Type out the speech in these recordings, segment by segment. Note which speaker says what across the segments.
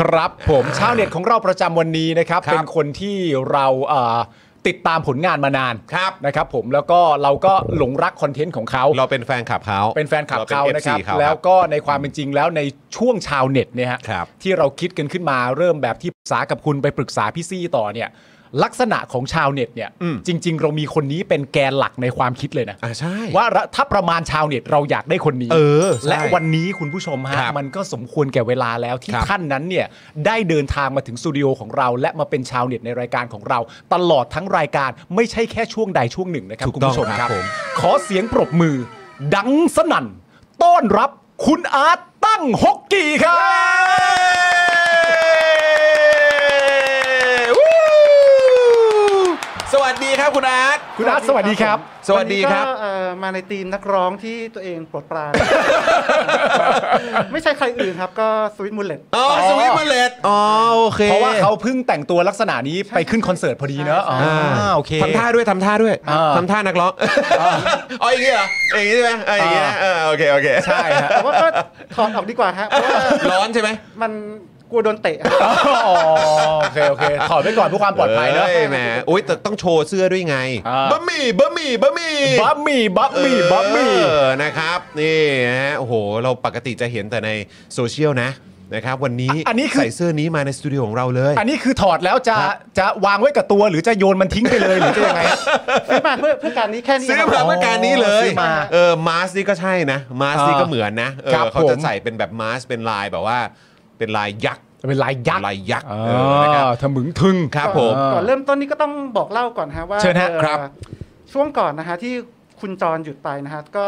Speaker 1: ครับผมชาวเน็ตของเราประจำวันนี้นะครับ
Speaker 2: ครับ
Speaker 1: เป็นคนที่เราเอ่อติดตามผลงานมานาน
Speaker 2: ครับ
Speaker 1: นะครับผมแล้วก็เราก็หลงรักคอนเทนต์ของเขา
Speaker 2: เราเป็นแฟนคลับเขา
Speaker 1: เป็นแฟนคลับเขา
Speaker 2: ป็
Speaker 1: นะครับ
Speaker 2: FC เขา
Speaker 1: แล้วก็ในความเป็นจริงแล้วในช่วงชาวเน็ตเนี่ยฮะ
Speaker 2: ครับ
Speaker 1: ที่เราคิดกันขึ้นมาเริ่มแบบที่ปรึกษากับคุณไปปรึกษาพี่ซี่ต่อเนี่ย ลักษณะของชาวเน็ตเนี่ย
Speaker 2: อืม
Speaker 1: จริง ๆ เรามีคนนี้เป็นแกนหลักในความคิดเลยนะ
Speaker 2: อ่าใช่
Speaker 1: ว่าระถ้าประมาณชาวเน็ตเราอยากได้คนนี้
Speaker 2: เออใช่
Speaker 1: และวันนี้คุณผู้ชมฮะ
Speaker 2: ครับ
Speaker 1: มันก็สมควรแก่เวลาแล้วที่
Speaker 2: ครับ
Speaker 1: ท่านนั้นเนี่ยได้เดินทางมาถึงสตูดิโอของเรา และมาเป็นชาวเน็ตในรายการของเรา ตลอดทั้งรายการไม่ใช่แค่ช่วงใดช่วงหนึ่งนะครับ
Speaker 2: ถูก
Speaker 1: คุณ
Speaker 2: ต้อง
Speaker 1: ผู้ชม
Speaker 2: ค
Speaker 1: ค
Speaker 2: รั
Speaker 1: รั
Speaker 2: บบ ผม
Speaker 1: ขอเสียงปรบมือ ดังสนั่น ต้อนรับคุณอาร์ตตั้งฮกกีครับ
Speaker 2: สวัสดีครับคุณอาร์ต
Speaker 1: คุณอาร์ตสวัสดีครับ
Speaker 2: สวัสดีครับ
Speaker 3: นนี้ก็เอ่อมาในทีมนักร้องที่ตัวเองโปรดปราน ไม่ใช่ใครอื่นครับ ก็สวิตมูลเลต
Speaker 2: อ๋อสวิตมาเลตอ๋อโอเค
Speaker 1: เพราะว่าเขาเพิ่งแต่งตัวลักษณะนี้ไปขึ้นคอนเสิร์ตพอดีเนอะอ๋อ
Speaker 3: ใช่
Speaker 1: อ่าโอเค
Speaker 2: ทำท่าด้วยทำท่าด้วย
Speaker 1: อ่า
Speaker 2: ทำท่านักร้องอ๋ออย่างนี้เหรออย่างนี้ใช่ไหมอ่าอย่างนี้นะเออโอเคโอเค
Speaker 1: ใช่ฮะ
Speaker 3: แต่ว่าก็ถอดออกดีกว่าฮะเพราะว่า
Speaker 2: ร้อนใช่ไหม
Speaker 3: มันกลัวโดนเตะครับ
Speaker 1: อ๋อโอเค โอเค ถอดไว้ก่อนเพื่อความปลอดภัยเนอะ
Speaker 2: เอ้แหมอุ้ยแต่ต้องโชว์เสื้อด้วยไง
Speaker 1: อ่า
Speaker 2: บะหมี่บะหมี่บะหมี่
Speaker 1: บัมมี่บัมมี่บัมมี่
Speaker 2: เออนะครับนี่นะฮะโอ้โห เราปกติจะเห็นแต่ในโซเชียลนะนะครับ วันนี้
Speaker 1: อันนี้คือ
Speaker 2: ใส่เสื้อนี้มาในสตูดิโอของเราเลย
Speaker 1: อันนี้คือถอดแล้วจะจะวางไว้กับตัวหรือจะโยนมันทิ้งไปเลยหรือจะยังไงฮะ
Speaker 3: ซื้อมาเพื่อเพื่อการนี้แค่นี้
Speaker 2: ซื้อ
Speaker 3: ครับ
Speaker 2: มาเพื่อการนี้เลย
Speaker 1: ซื้อมา
Speaker 2: เออมาสนี่ก็ใช่นะ มาสนี่ก็เหมือนนะเออ
Speaker 1: ครับ
Speaker 2: เขา
Speaker 1: ผม
Speaker 2: จะใส่เป็นแบบมาสเป็นลายแบบว่า เป็นลายยักษ์
Speaker 1: เป็นลายยักษ์
Speaker 2: ลายยักษ์
Speaker 1: อ่
Speaker 2: เออนะครับ
Speaker 1: าถมึงทึง
Speaker 2: ครับผม
Speaker 3: ก่อนก่อนเริ่มต้นนี้ก็ต้องบอกเล่าก่อนฮะว่า
Speaker 1: เชิญฮะ
Speaker 3: อ่อ
Speaker 1: ครับ
Speaker 3: ช่วงก่อนนะฮะที่คุณจรหยุดไปนะฮะก็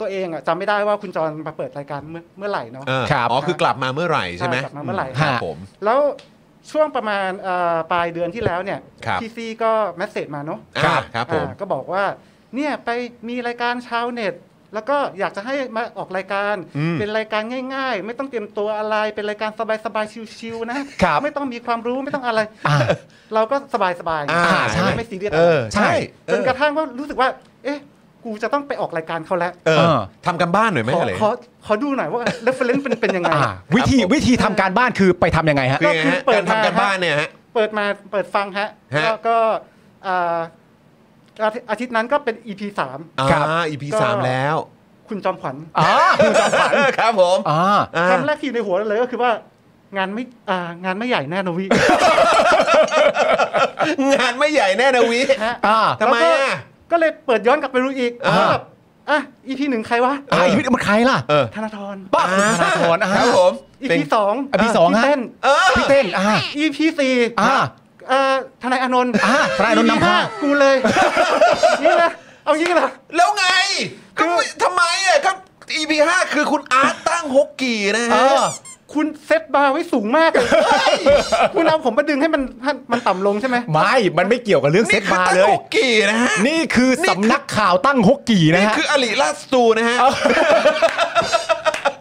Speaker 3: ตัวเองอะจำไม่ได้ว่าคุณจรมาเปิดรายการเมื่อเมื่อไหร่เนาะ
Speaker 2: เออ
Speaker 1: ครับ
Speaker 2: อ๋อคือกลับมาเมื่อไหร่ใช่ไหม
Speaker 3: ใช่กลับมาเมื่อไหร่
Speaker 2: ครับผม
Speaker 3: แล้วช่วงประมาณเอ่อปลายเดือนที่แล้วเนี่ย
Speaker 2: ครับ
Speaker 3: พี่ซี่ก็แมสเซจมาเนาะ
Speaker 2: อ่าครับผม
Speaker 3: อ่าก็บอกว่าเนี่ยไปมีรายการชาวเน็ต แล้วก็อยากจะให้มาออกรายการ
Speaker 2: อืม
Speaker 3: เป็นรายการง่าย ๆ ไม่ต้องเตรียมตัวอะไรเป็นรายการสบายๆชิวๆนะครับ ไม่ต้องมีความรู้ไม่ต้องอะไร
Speaker 1: อ่า
Speaker 3: เราก็สบายสบายๆ
Speaker 2: อ่า
Speaker 1: ใช่
Speaker 3: ไม่ซีเรียส
Speaker 2: เออใช่
Speaker 3: จนกระทั่งว่ารู้สึกว่า เอ๊ะ กูจะต้องไปออกรายการเขาแล้ว
Speaker 2: เอ
Speaker 1: เอ
Speaker 2: อ
Speaker 1: อ
Speaker 2: ทำกันบ้านหน่อยไหม
Speaker 3: ขอ
Speaker 2: อะไร
Speaker 3: ขอขอดูหน่อยว่า reference เป็นเป็นยังไง
Speaker 1: อ่าวิธีวิธีทำการบ้านคือไปทำยังไงฮะ
Speaker 2: คือยังไง
Speaker 3: ก็คื
Speaker 2: ฮะ
Speaker 3: อเปิ
Speaker 2: การ
Speaker 3: ด
Speaker 2: ทำกัน
Speaker 3: มา
Speaker 2: บ้านเนี่ยฮะ
Speaker 3: เปิดมาเปิดฟังฮะ
Speaker 2: ฮะ
Speaker 3: แล้วก็อ่าอาทิอาทิตย์นั้นก็เป็น EP สาม
Speaker 2: อ่า
Speaker 1: ครับ
Speaker 2: EP สามแล้ว
Speaker 3: คุณจอมขวัญ
Speaker 1: อ๋อคุณจอมขวัญ
Speaker 2: ครับผม
Speaker 1: อ่า
Speaker 2: อ่า
Speaker 3: คำแรกที่อยู่ในหัวเลยก็คือว่างานไม่อ่างานไม่ใหญ่แน่นะวิ
Speaker 2: งานไม่ใหญ่แน่นะวิ
Speaker 3: ฮะ
Speaker 1: อ่า
Speaker 2: ทำไม
Speaker 3: แล้วก็
Speaker 2: อ่ะ
Speaker 3: ก็เลยเปิดย้อนกลับไปดูอีก
Speaker 2: อ่า
Speaker 3: ว่าแบบอ่ะ EP หนึ่งใครวะ
Speaker 1: อ่าอีพีมันใครล่ะ
Speaker 2: เออ
Speaker 3: ธนาธร
Speaker 1: ป้าคุณธนาธรอ่า
Speaker 2: ครับผม
Speaker 3: EP สอง
Speaker 1: EP สองฮะ
Speaker 3: พี่เต้น
Speaker 2: เออ
Speaker 1: พี่เต้นอ่า
Speaker 3: EP สี่
Speaker 1: อ่า
Speaker 3: เอ่อทนายอานนท์
Speaker 1: อ่าทนายอานนท์นำพา
Speaker 3: กูเลย นี่นะเอางี้เหรอ
Speaker 2: แล้วไง ก็
Speaker 3: คือ
Speaker 2: ทำไมอ่ะก็ EP ห้าคือคุณอาร์ตตั้งฮกกี่นะ
Speaker 1: เอ
Speaker 2: ฮะ
Speaker 1: อ
Speaker 3: คุณเซตบาร์ไว้สูงมากเลยคุณเอาผมมาดึงให้มันให้มันต่ำลงใช่ไหม
Speaker 1: ไม่ มันไม่เกี่ยวกับเรื่องเซ็
Speaker 2: นี่คือบ
Speaker 1: ตาร์
Speaker 2: ตั้ง
Speaker 1: เลย
Speaker 2: ฮกกี่นะฮะ
Speaker 1: นี่คือสำนักข่าวตั้งฮกกี่นะ
Speaker 2: นี่
Speaker 1: ฮะ
Speaker 2: คืออริลาสตูนะฮะ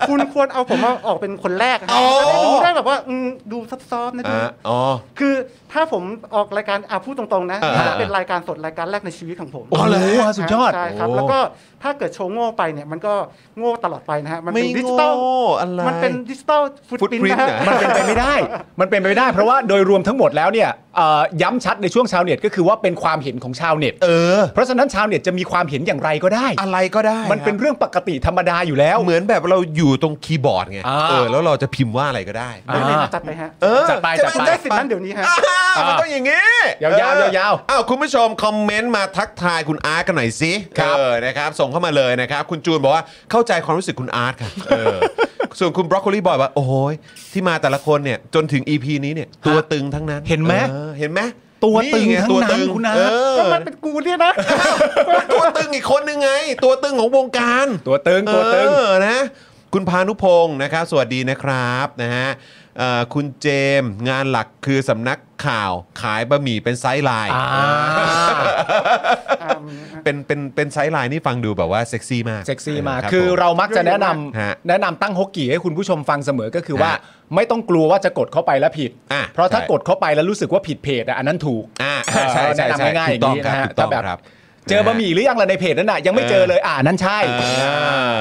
Speaker 3: คุณควรเอาผมมาออกเป็นคนแรกนะ
Speaker 2: อ๋อ
Speaker 3: จะได้ดูได้แบบว่าอืมดูซับซ้อนนะดู
Speaker 2: อ่าอ๋อ
Speaker 3: คือถ้าผมออกรายการอ่ะพูดตรงๆนะ
Speaker 2: เออเออ
Speaker 3: เป็นรายการสดรายการแรกในชีวิตของผม
Speaker 1: โอ้โหสุดยอด
Speaker 3: ใช่ครับ
Speaker 2: โอ้
Speaker 3: แล้วก็ถ้าเกิดโชว์โง่ไปเนี่ยมันก็โง่ตลอดไปนะฮะมัน
Speaker 2: ไม่
Speaker 3: เป็นดิจิ
Speaker 2: โง่
Speaker 3: ตอล
Speaker 2: อะไร
Speaker 3: มันเป็นดิจิตอลฟุตปริน
Speaker 2: Footprint
Speaker 3: นะฮะ
Speaker 2: เหรอ
Speaker 1: มันเป็นไปไม่ได้ มันเป็นไปไม่ได้ เพราะว่าโดยรวมทั้งหมดแล้วเนี่ยเอ่อย้ำชัดในช่วงชาวเน็ตก็คือว่าเป็นความเห็นของชาวเน็ต
Speaker 2: เออ
Speaker 1: เพราะฉะนั้นชาวเน็ตจะมีความเห็นอย่างไรก็ได้
Speaker 2: อะไรก็ได้
Speaker 1: มันเป็น
Speaker 2: ครับ
Speaker 1: เรื่องปกติธรรมดาอยู่แล้ว
Speaker 2: เหมือนแบบเราอยู่ตรงคีย์บอร์ดไง
Speaker 1: อ่า
Speaker 2: เออ แล้วเราจะพิมพ์ว่าอะไรก็ได้
Speaker 1: อ่า
Speaker 3: ได้เลยนะจัดไปฮะ
Speaker 2: เออ
Speaker 1: จัดไปจัดไป
Speaker 3: ได้สิทธิ์นั้นเดี๋ยวนี้ฮะ
Speaker 2: อ่ามันต้องอย่างงี้
Speaker 1: ยาวๆ
Speaker 2: เออย
Speaker 1: าวๆ
Speaker 2: อ้าวคุณผู้ชมคอมเมนต์มาทักทายคุณอาร์ตกันหน่อยสิ
Speaker 1: ครับ
Speaker 2: เออนะครับ ส่งเข้ามาเลยนะครับ คุณจูนบอกว่าเข้าใจความรู้สึกคุณอาร์ตค่ะเออ ส่วนคุณบรอกโคลีบอยว่าโอ้โหยที่มาแต่ละคนเนี่ยจนถึง EP นี้เนี่ยตัวตึงทั้งนั้น
Speaker 1: เห็นไหม
Speaker 2: ออเห็นไหม
Speaker 1: ตัวตึงทั้ง
Speaker 2: ไตัว
Speaker 1: นั้นคุณอาร์ต
Speaker 2: เ
Speaker 3: ก็มันเป็นกูเนี่ยนะ
Speaker 2: ตัวตึงอีกคนนึงไง ตัวตึงของวงการ
Speaker 1: ตัวตึงตัวตึง
Speaker 2: เออนะคุณพานุพงศ์นะครับ สวัสดีนะครับนะฮะเอ่อคุณเจมส์งานหลักคือสำนักข่าวขายบะหมี่เป็นไซส์ไลน์
Speaker 1: อ่า
Speaker 3: อ่า
Speaker 2: เป็นเป็นเป็นไซส์ไลน์นี่ฟังดูแบบว่าเซ็กซี่มาก
Speaker 1: เซ็กซี่มาก
Speaker 2: บ
Speaker 1: คือ
Speaker 2: ผม
Speaker 1: เรามักจะแนะน
Speaker 2: ฮะ
Speaker 1: ำแนะนำตั้งฮกกี่ให้คุณผู้ชมฟังเสมอก็คือว่า
Speaker 2: ฮะ
Speaker 1: ไม่ต้องกลัวว่าจะกดเข้าไปแล้วผิด
Speaker 2: อ่ะ
Speaker 1: เพราะถ้า
Speaker 2: ใช่
Speaker 1: กดเข้าไปแล้วรู้สึกว่าผิดเพจอะอันนั้นถูก
Speaker 2: อ่าใช่ใช่
Speaker 1: แนะนำ
Speaker 2: ใช่
Speaker 1: ง่ายๆอ
Speaker 2: ถู
Speaker 1: ย่าก ง
Speaker 2: ต้อง
Speaker 1: นี้
Speaker 2: ครั
Speaker 1: นะ
Speaker 2: บ
Speaker 1: ฮะ
Speaker 2: ถูกต้อง
Speaker 1: แต่แบบ
Speaker 2: ครับ
Speaker 1: เจอบะหมี่หรือยังล่ะในเพจนั้นน่ะยังไม่เจอเลยอ่านั่นใช่
Speaker 2: อ่า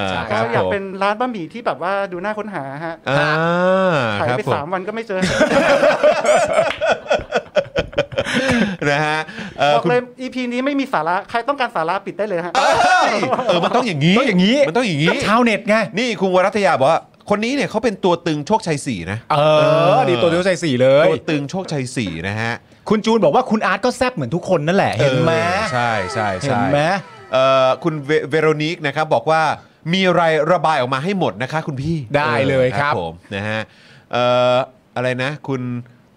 Speaker 1: ใช่
Speaker 2: ครับ
Speaker 3: ก็อยาก
Speaker 2: ผม
Speaker 3: เป็นร้านบะหมี่ที่แบบว่าดูน่าค้นหาฮะ
Speaker 2: อ่า
Speaker 3: ขาย
Speaker 2: ครับ
Speaker 3: ไป
Speaker 2: ผม
Speaker 3: สามวันก็ไม่เจอ
Speaker 2: นะฮะเออบ
Speaker 3: อ
Speaker 2: คุ
Speaker 3: ก
Speaker 2: ณ
Speaker 3: เลย EP นี้ไม่มีสาระ ใครต้องการสาระปิดได้เลยฮะ
Speaker 2: เออมันต้องอย่างนี้
Speaker 1: ต้องอย่างนี้
Speaker 2: มันต้องอย่างนี้
Speaker 1: ชาวเน็ตไง
Speaker 2: นี่คุณวรัตยาบอกว่าคนนี้เนี่ยเขาเป็นตัวตึงโชคชัยสี่นะ
Speaker 1: เอ
Speaker 2: เออ
Speaker 1: อดีตัวเดียวใส่สี่เลย
Speaker 2: ตัวตึงโชคชัยสี่นะฮะ
Speaker 1: คุณจูนบอกว่าคุณอาร์ตก็แซบเหมือนทุกคนนั่นแหละเห็นไหม
Speaker 2: ออใช่ใช่
Speaker 1: เห็
Speaker 2: ใช่
Speaker 1: นไหม
Speaker 2: เอ่อคุณเวเวโรนิกนะครับบอกว่ามีอะไรระบายออกมาให้หมดนะคะ คุณพี่
Speaker 1: ได้เลยครับ
Speaker 2: ออผมนะฮะเอ่ออะไรนะ คุณ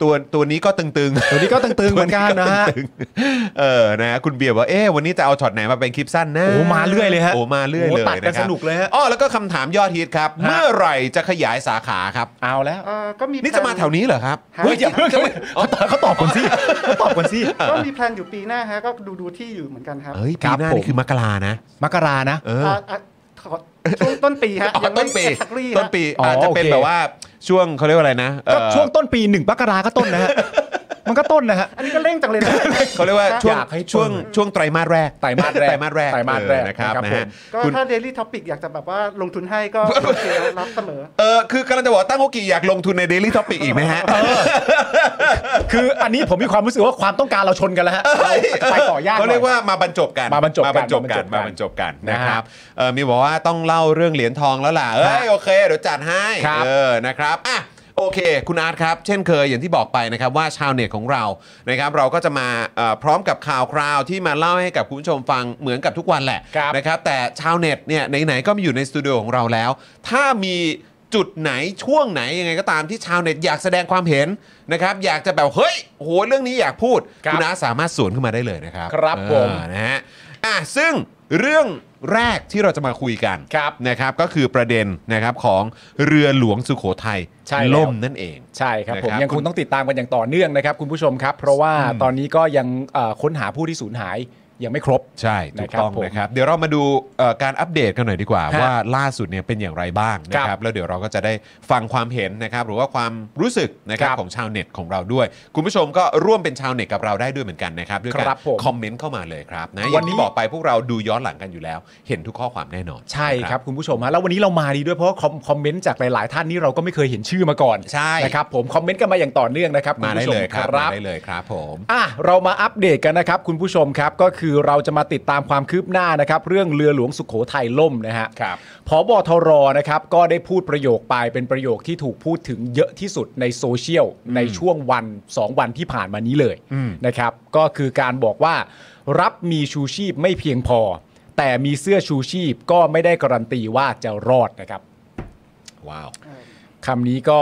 Speaker 2: ตัวตัวนี้ก็ตึงๆ
Speaker 1: ตัวนี้ก็ตึงๆเหมือนกันนะฮะ
Speaker 2: ตึงๆเออ นะ คุณเบียร์บอกเอ๊ะวันนี้จะเอาช็อตไหนมาเป็นคลิปสั้นนะ
Speaker 1: โอ้มาเรื่อยเลยฮะ
Speaker 2: โอ้ มาเรื่อย
Speaker 1: โอ้
Speaker 2: เลย
Speaker 1: ตัดกัน
Speaker 2: นะครั
Speaker 1: สนุกเลยฮะ
Speaker 2: อ๋อ แล้วก็คำถามยอดฮิตครับ
Speaker 1: ฮะ
Speaker 2: เมื่อไหร่จะขยายสาขาครับ
Speaker 1: เอาแล้ว
Speaker 3: เอ่อก็มี
Speaker 2: นี่จะมาแถวนี้เหรอครับ
Speaker 3: ฮะ
Speaker 1: เฮ้ยอย่าเพิ่งเขาตอบเขาตอบก่อนสิเขาตอบก่อนสิ
Speaker 3: ก็มีแพลนอยู่ปีหน้าฮะ ก็ดูดูที่อยู่เหมือนกันครับ
Speaker 2: เอ้ย
Speaker 1: ค
Speaker 2: ปี
Speaker 1: รับ
Speaker 2: หน้า
Speaker 1: ผ
Speaker 2: นี่
Speaker 1: ม
Speaker 2: คือมกรานะ
Speaker 1: มกรานะ
Speaker 2: เออ
Speaker 3: อ่ะอ่ะขอช่วงต้นปีฮะ
Speaker 2: อ๋อ
Speaker 3: ยังไม่
Speaker 2: ต้นปี
Speaker 3: สักรีฮะ
Speaker 2: ต้นปี
Speaker 1: อ๋อ
Speaker 2: อาจจะ
Speaker 1: โอเค
Speaker 2: เป็นแบบว่าช่วงเขาเรียกว่าอะไรนะเอ่
Speaker 1: ก็
Speaker 2: อ
Speaker 1: ช่วงต้นปีหนึ่งมกราก็ต้น นะฮะ มันก็ต้นนะฮะ
Speaker 3: อันนี้ก็เร่งจังเลยนะ
Speaker 2: เขาเรียกว่าช่วง
Speaker 1: อยากให้
Speaker 2: ช่วง
Speaker 1: เปิด
Speaker 2: ช่วงไตรมาสแรก
Speaker 1: ไตรมาสแรก
Speaker 2: ไตรมาสแรก
Speaker 1: ไตรมาสแรก
Speaker 2: เออนะครับ
Speaker 1: ครับ
Speaker 2: นะ
Speaker 1: ผ
Speaker 2: ฮะ
Speaker 1: ม
Speaker 3: ก็
Speaker 2: คุณ
Speaker 3: ถ้า Daily Topic อยากจะแบบว่าลงทุนให้ ก็ โอเครับเสมอ
Speaker 2: เออ คือกำลังจะบอกว่าตั้งโอกิอยากลงทุนใน Daily Topic อีกไหมฮะ
Speaker 1: คืออันนี้ผมมีความรู้สึกว่าความต้องการเราชนกัน แล้วฮะเราไปต่อยากหน่อ
Speaker 2: เขาเรียกว่ามาบรรจบกัน
Speaker 1: มาบรรจบกัน
Speaker 2: มาบรรจบกันมา
Speaker 1: มา
Speaker 2: บบ ร
Speaker 1: ร
Speaker 2: ร
Speaker 1: ร
Speaker 2: จ
Speaker 1: จ
Speaker 2: บบ
Speaker 1: กั
Speaker 2: กัน
Speaker 1: น
Speaker 2: นะครับเออมีบอกว่าต้องเล่าเรื่องเหรียญทองแล้วล่ะเอ้ยโอเคเดี๋ยวจัดให้
Speaker 1: ครับ
Speaker 2: เออนะครับอ่ะโอเค คุณอาร์ตครับ เช่นเคยอย่างที่บอกไปนะครับว่าชาวเน็ตของเรานะครับเราก็จะมาเอ่อพร้อมกับข่าวคราวที่มาเล่าให้กับคุณผู้ชมฟังเหมือนกับทุกวันแหละ
Speaker 1: ครับ
Speaker 2: นะครับแต่ชาวเน็ตเนี่ยไหนๆก็มาอยู่ในสตูดิโอของเราแล้ว ถ้ามีจุดไหนช่วงไหนยังไงก็ตามที่ชาวเน็ตอยากแสดงความเห็นนะครับอยากจะแบบเฮ้ยโหเรื่องนี้อยากพูด
Speaker 1: ครับ
Speaker 2: ณอาร์ตสามารถสวนขึ้นมาได้เลยนะครับ
Speaker 1: ครับ
Speaker 2: เออ
Speaker 1: ผม
Speaker 2: นะฮะอ่ะซึ่งเรื่องแรกที่เราจะมาคุยกัน
Speaker 1: ครับ
Speaker 2: นะครับก็คือประเด็นนะครับของเรือหลวงสุโขทัย
Speaker 1: ใช่แล้ว
Speaker 2: ล่มนั่นเอง
Speaker 1: ใช่ครับ
Speaker 2: นะ
Speaker 1: ผม
Speaker 2: ครับ
Speaker 1: ยังคงต้องติดตามกันอย่างต่อเนื่องนะครับ คุณผู้ชมครับ เพราะว่า
Speaker 2: อืม
Speaker 1: ตอนนี้ก็ยังเอ่อค้นหาผู้ที่สูญหายยังไม่ครบ
Speaker 2: ใช่ถูกต้อง
Speaker 1: นะครับผม
Speaker 2: นะครับ เดี๋ยวเรามาดูเอ่อการอัปเดตกันหน่อยดีกว่า
Speaker 1: ฮะ
Speaker 2: ว่าล่าสุดเนี่ยเป็นอย่างไรบ้างนะค
Speaker 1: ครั
Speaker 2: รับบ แล้วเดี๋ยวเราก็จะได้ฟังความเห็นนะครับหรือว่าความรู้สึกนะครับ
Speaker 1: ครับ
Speaker 2: ของชาวเน็ตของเราด้วย คุณผู้ชมก็ร่วมเป็นชาวเน็ตกับเราได้ด้วยเหมือนกันนะครับด้วยการ
Speaker 1: ครับผม
Speaker 2: คอมเมนต์เข้ามาเลยครับนะอ
Speaker 1: วั
Speaker 2: ย่าน ง
Speaker 1: นี้
Speaker 2: ที่บอกไปพวกเราดูย้อนหลังกันอยู่แล้ว เห็นทุกข้อความแน่นอน
Speaker 1: ใช่
Speaker 2: นะ
Speaker 1: ครับคุณผู้ชมฮะแล้ววันนี้เรามาดีด้วยเพราะว่าคอมคอมเมนต์จากหลาย ๆ ท่านนี่เราก็ไม่เคยเห็นชื่อมาก่อน
Speaker 2: ใช่
Speaker 1: นะครับผมคอมเมนต์กันมาอย่างต่อเนื่องนะครับคุณ
Speaker 2: มาได้
Speaker 1: ผู้ช
Speaker 2: เลยครับ
Speaker 1: รั
Speaker 2: มา
Speaker 1: บ
Speaker 2: ได้เลยครับผม
Speaker 1: อ่ะเรามาอัปเดตกันนะครับ คุณผู้ชมครับก็คือเราจะมาติดตามความคืบหน้านะครับ เรื่องเรือหลวงสุขโขทัยล่มนะฮะ
Speaker 2: ครับ
Speaker 1: ผบทรนะครับก็ได้พูดประโยคไปเป็นประโยคที่ถูกพูดถึงเยอะที่สุดในโซเชียลในช่วงวัน 2 วันที่ผ่านมานี้เลย
Speaker 2: อืม
Speaker 1: นะครับก็คือการบอกว่า รับมีชูชีพไม่เพียงพอ แต่มีเสื้อชูชีพก็ไม่ได้การันตีว่าจะรอดนะครับ
Speaker 2: ว้าว
Speaker 1: คำนี้ก็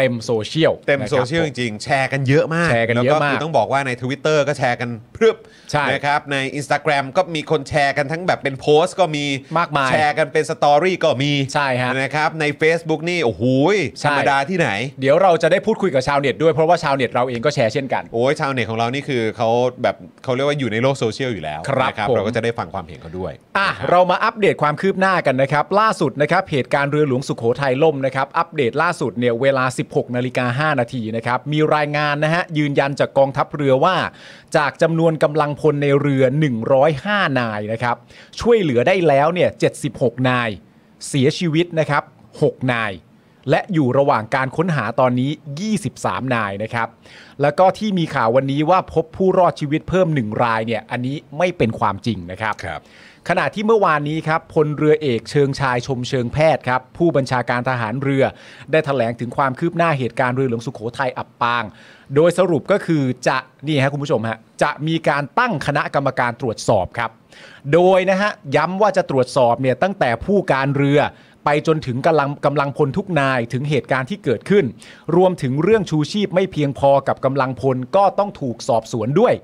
Speaker 1: เต็มโซเชียล
Speaker 2: เต็ม
Speaker 1: นะครับ
Speaker 2: โซเชียล
Speaker 1: ผ
Speaker 2: จริงๆ แชร์กันเยอะมาก
Speaker 1: แชร์กันเยอะมาก
Speaker 2: แล้วคืต้องบอกว่าใน Twitter ก็แชร์กันพรึบ
Speaker 1: ใช่
Speaker 2: นะครับใน Instagram ก็มีคนแชร์กันทั้งแบบเป็นโพสต์ก็มี
Speaker 1: มากมาย
Speaker 2: แชร์กันเป็นสตอรี่ก็มี
Speaker 1: ใช่ฮะ
Speaker 2: นะครับใน Facebook นี่ โอ้โหย
Speaker 1: ใช่
Speaker 2: ธรรมดาที่ไหน
Speaker 1: เดี๋ยวเราจะได้พูดคุยกับชาวเน็ตด้วยเพราะว่าชาวเน็ตเราเองก็แชร์เช่นกัน
Speaker 2: โอ้ยชาวเน็ตของเรานี่คือเขาแบบเขาเรียกว่าอยู่ในโลกโซเชียลอยู่แล้ว
Speaker 1: ครับ
Speaker 2: นะ
Speaker 1: ผม
Speaker 2: เราก็จะได้ฟังความเห็นเขาด้วย
Speaker 1: อ่ะ
Speaker 2: นะครับ
Speaker 1: เรามาอัปเดตความคืบหน้ากันนะครับ ล่าสุดนะครับเหตุการณ์เรือหลวงสุโขทัยล่มนะครับ อัปเดตล่าสุดเนี่ยเวลา 16นาฬิกาห้านาทีนะครับ มีรายงานนะฮะ ยืนยันจากกองทัพเรือว่า จากจำนวนกำลังพลในเรือ 105 นายนะครับ ช่วยเหลือได้แล้วเนี่ย76 นาย เสียชีวิตนะครับ 6 นาย และอยู่ระหว่างการค้นหาตอนนี้ 23 นายนะครับ แล้วก็ที่มีข่าววันนี้ว่าพบผู้รอดชีวิตเพิ่ม 1 รายเนี่ยอันนี้ไม่เป็นความจริงนะครับ
Speaker 2: ครับ
Speaker 1: ขณะที่เมื่อวานนี้ครับพลเรือเอกเชิงชายชมเชิงแพทย์ครับ ผู้บัญชาการทหารเรือ ได้แถลงถึงความคืบหน้าเหตุการณ์เรือหลวงสุโขทัยอับปาง โดยสรุปก็คือจะนี่ฮะคุณผู้ชมฮะจะมีการตั้งคณะกรรมการตรวจสอบครับ โดยนะฮะย้ำว่าจะตรวจสอบเนี่ยตั้งแต่ผู้การเรือ ไปจนถึงกำลังกำลังพลทุกนายถึงเหตุการณ์ที่เกิดขึ้น รวมถึงเรื่องชูชีพไม่เพียงพอกับกำลังพลก็ต้องถูกสอบสวนด้วย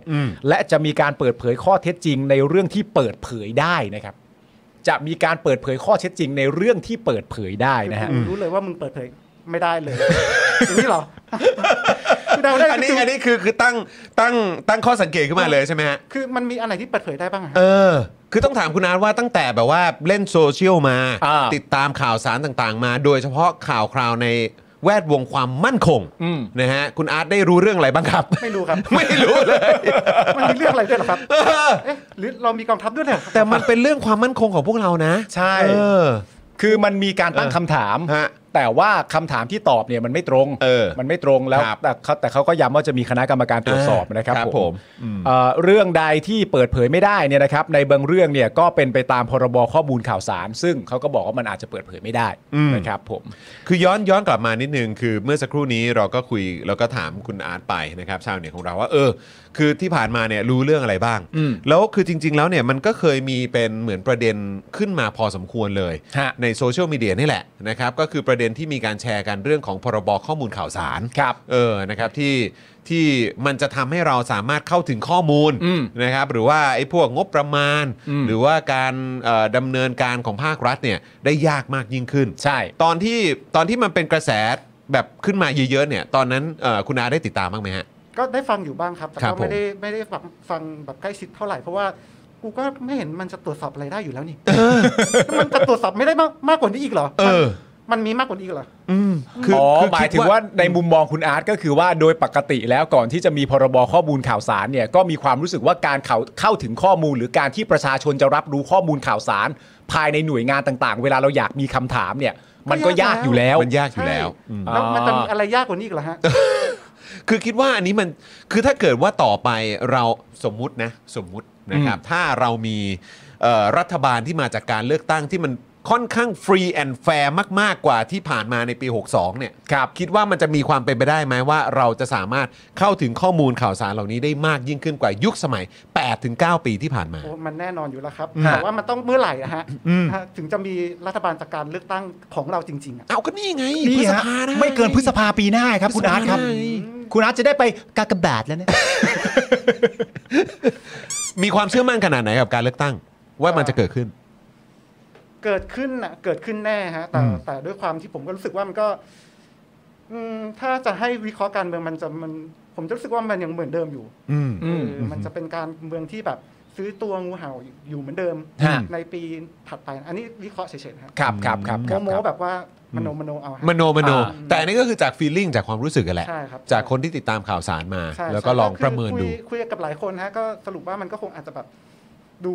Speaker 1: และจะมีการเปิดเผยข้อเท็จจริงในเรื่องที่เปิดเผยได้นะครับ จะมีการเปิดเผยข้อเท็จจริงในเรื่องที่เปิดเผยได้นะฮะ
Speaker 3: คือกูรู้เลยว่ามึงเปิดเผยไม่ได้เลยอย่างนี้เหรอ กูเดาได้
Speaker 2: อันนี้
Speaker 3: คือ
Speaker 2: อันนี้คือคือตั้งตั้งตั้งข้อสังเกตขึ้นมาเลยใช่ไหมฮะ
Speaker 3: คือมันมีอันไหนที่เปิดเผยได้บ้างอะ
Speaker 2: เออ คือต้องถามคุณอาร์ตว่าตั้งแต่แบบว่าเล่นโซเชียลมา
Speaker 1: อ่า
Speaker 2: ติดตามข่าวสารต่างๆ มา โดยเฉพาะข่าวคราวใน แวดวงความมั่นคง
Speaker 1: อืม
Speaker 2: นะฮะคุณอาร์ตได้รู้เรื่องอะไรบ้างครับ
Speaker 3: ไม่รู้ครับ
Speaker 2: ไม่รู้เลย
Speaker 3: มันมีเรื่องอะไรด้วยเหรอครับ เอ๊ะหรือเรามีกองทัพด้วยเหรอ
Speaker 2: แต่มันเป็นเรื่องความมั่นคงของพวกเรานะ
Speaker 1: ใช่
Speaker 2: เออ
Speaker 1: คือมันมีการตั้ง
Speaker 2: เออ
Speaker 1: คำถาม
Speaker 2: ฮะ
Speaker 1: แต่ว่าคำถามที่ตอบเนี่ยมันไม่ตรง
Speaker 2: เออ
Speaker 1: มันไม่ตรงแล้ว
Speaker 2: ครับ
Speaker 1: แต่เขาแต่เขาก็ย้ำว่าจะมีคณะกรรมการตรวจสอบ
Speaker 2: อ่าน
Speaker 1: นะครับ
Speaker 2: ครับผมอืม
Speaker 1: เอ่อเรื่องใดที่เปิดเผยไม่ได้เนี่ยนะครับ ในบางเรื่องเนี่ยก็เป็นไปตามพรบข้อมูลข่าวสาร ซึ่งเขาก็บอกว่ามันอาจจะเปิดเผยไม่ได้นะครับผม
Speaker 2: คือย้อนย้อนกลับมานิดนึงคือเมื่อสักครู่นี้เราก็คุยเราก็ถามคุณอาร์ตไปนะครับชาวเน็ตของเราว่าเออ คือที่ผ่านมาเนี่ยรู้เรื่องอะไรบ้าง
Speaker 1: อืม
Speaker 2: แล้วคือจริง ๆ แล้วเนี่ยมันก็เคยมีเป็นเหมือนประเด็นขึ้นมาพอสมควรเลย
Speaker 1: ฮะ
Speaker 2: ในโซเชียลมีเดียนี่แหละนะครับก็คือประเด็นที่มีการแชร์กันเรื่องของพรบข้อมูลข่าวสาร
Speaker 1: ครับ
Speaker 2: เออ นะครับ ที่ที่มันจะทำให้เราสามารถเข้าถึงข้อมูล
Speaker 1: อืม
Speaker 2: นะครับ หรือว่าไอ้พวกงบประมาณ
Speaker 1: อืม
Speaker 2: หรือว่าการเอ่อดำเนินการของภาครัฐเนี่ยได้ยากมากยิ่งขึ้น
Speaker 1: ใช่
Speaker 2: ตอนที่ตอนที่มันเป็นกระแสแบบขึ้นมาเยอะๆเนี่ย ตอนนั้นเอ่อคุณอาได้ติดตามบ้างไหมฮะ
Speaker 3: ก็ได้ฟังอยู่บ้างครับ แต่
Speaker 2: ครั
Speaker 3: ก็
Speaker 2: บผม
Speaker 3: ไม่ได้ไม่ได้ฟังฟังแบบใกล้ชิดเท่าไหร่ เพราะว่ากูก็ไม่เห็นมันจะตรวจสอบอะไรได้อยู่แล้วนี่ มันจะตรวจสอบไม่ได้มากมากกว่านี้อีกเหรอ
Speaker 2: เออ
Speaker 3: มันมีมากกว่านี้อีกเหรอ
Speaker 2: อืม
Speaker 1: อ๋อหมาย
Speaker 2: คิด
Speaker 1: ถึงว่าในมุมมองคุณอาร์ตก็คือว่าโดยปกติแล้วก่อนที่จะมีพรบข้อมูลข่าวสารเนี่ยก็มีความรู้สึกว่าการเข้าเข้าถึงข้อมูล หรือการที่ประชาชนจะรับรู้ข้อมูลข่าวสาร ภายในหน่วยงานต่างๆ เวลาเราอยากมีคำถามเนี่ย มันก็ยากอยู่แล้ว
Speaker 2: มันยากอยู่แล้ว
Speaker 3: ใช่
Speaker 2: อืม
Speaker 3: แล้วมันจะมี
Speaker 1: อ่า
Speaker 3: อะไรยากกว่านี้อีกเหรอฮะ
Speaker 2: คือคิดว่าอันนี้มันคือถ้าเกิดว่าต่อไปเราสมมุตินะสมมุตินะครับ ถ้าเรามีเอ่อรัฐบาลที่มาจากการเลือกตั้งที่มันค่อนข้างฟรีแอนด์แฟร์มากๆกว่าที่ผ่านมาในปี 62 เนี่ย
Speaker 1: ครับ
Speaker 2: คิดว่ามันจะมีความเป็นไปได้ไหมว่าเราจะสามารถเข้าถึงข้อมูลข่าวสารเหล่านี้ได้มากยิ่งขึ้นกว่ายุคสมัย 8-9 ปีที่ผ่านมา
Speaker 3: โอ้มันแน่นอนอยู่แล้วครับ
Speaker 1: ฮะ
Speaker 3: แต่ว่ามันต้องเมื่อไหร่อะฮะ
Speaker 2: อืม
Speaker 3: ฮะ ถึงจะมีรัฐบาลจากการเลือกตั้งของเราจริงๆอะ
Speaker 2: เอาก็นี่ไงพฤ
Speaker 1: นี่
Speaker 2: ษ
Speaker 1: ฮะ
Speaker 2: ภานะ
Speaker 1: ไม่เกินพฤษภาปีหน้าครับ คุณอาร์ตครับ
Speaker 2: พฤษภาหน้
Speaker 1: คุณอาร์ตจะได้ไปกากบาทแล้วเนี่ย
Speaker 2: มีความเชื่อมั่นขนาดไหนกับการเลือกตั้ง ว่ามันจะเกิดขึ้น
Speaker 3: เกิดขึ้นอะเกิดขึ้นแน่ฮะ แต่
Speaker 2: อืม
Speaker 3: แต่ด้วยความที่ผมก็รู้สึกว่ามันก็ อืมถ้าจะให้วิเคราะห์การเมืองมันจะมัน ผมจะรู้สึกว่ามันยังเหมือนเดิมอยู่
Speaker 2: อืม
Speaker 1: อืม
Speaker 3: เออมันจะเป็นการเมืองที่แบบ ซื้อตัวงูเห่าอยู่เหมือนเดิม
Speaker 1: ฮะ
Speaker 3: ในปีถัดไป อันนี้วิเคราะห์เฉยๆนะฮะ
Speaker 1: ครับครับครับครั
Speaker 3: โม
Speaker 1: บค
Speaker 3: โม
Speaker 1: รับ
Speaker 3: แบบว่ามโนมโนเอาฮะ
Speaker 2: มโนมโน
Speaker 1: อ่า
Speaker 2: แต่อันนี่ก็คือจากฟีลลิ่งจากความรู้สึกกันแหละ
Speaker 3: ใช่ครับ
Speaker 2: จากคนที่ติดตามข่าวสารมา
Speaker 3: ใช่
Speaker 2: แล้วก็ลอง
Speaker 3: ใช่
Speaker 2: ประเมินดู
Speaker 3: คือคุยคุยกับหลายคนฮะก็สรุปว่ามันก็คงอาจจะแบบดู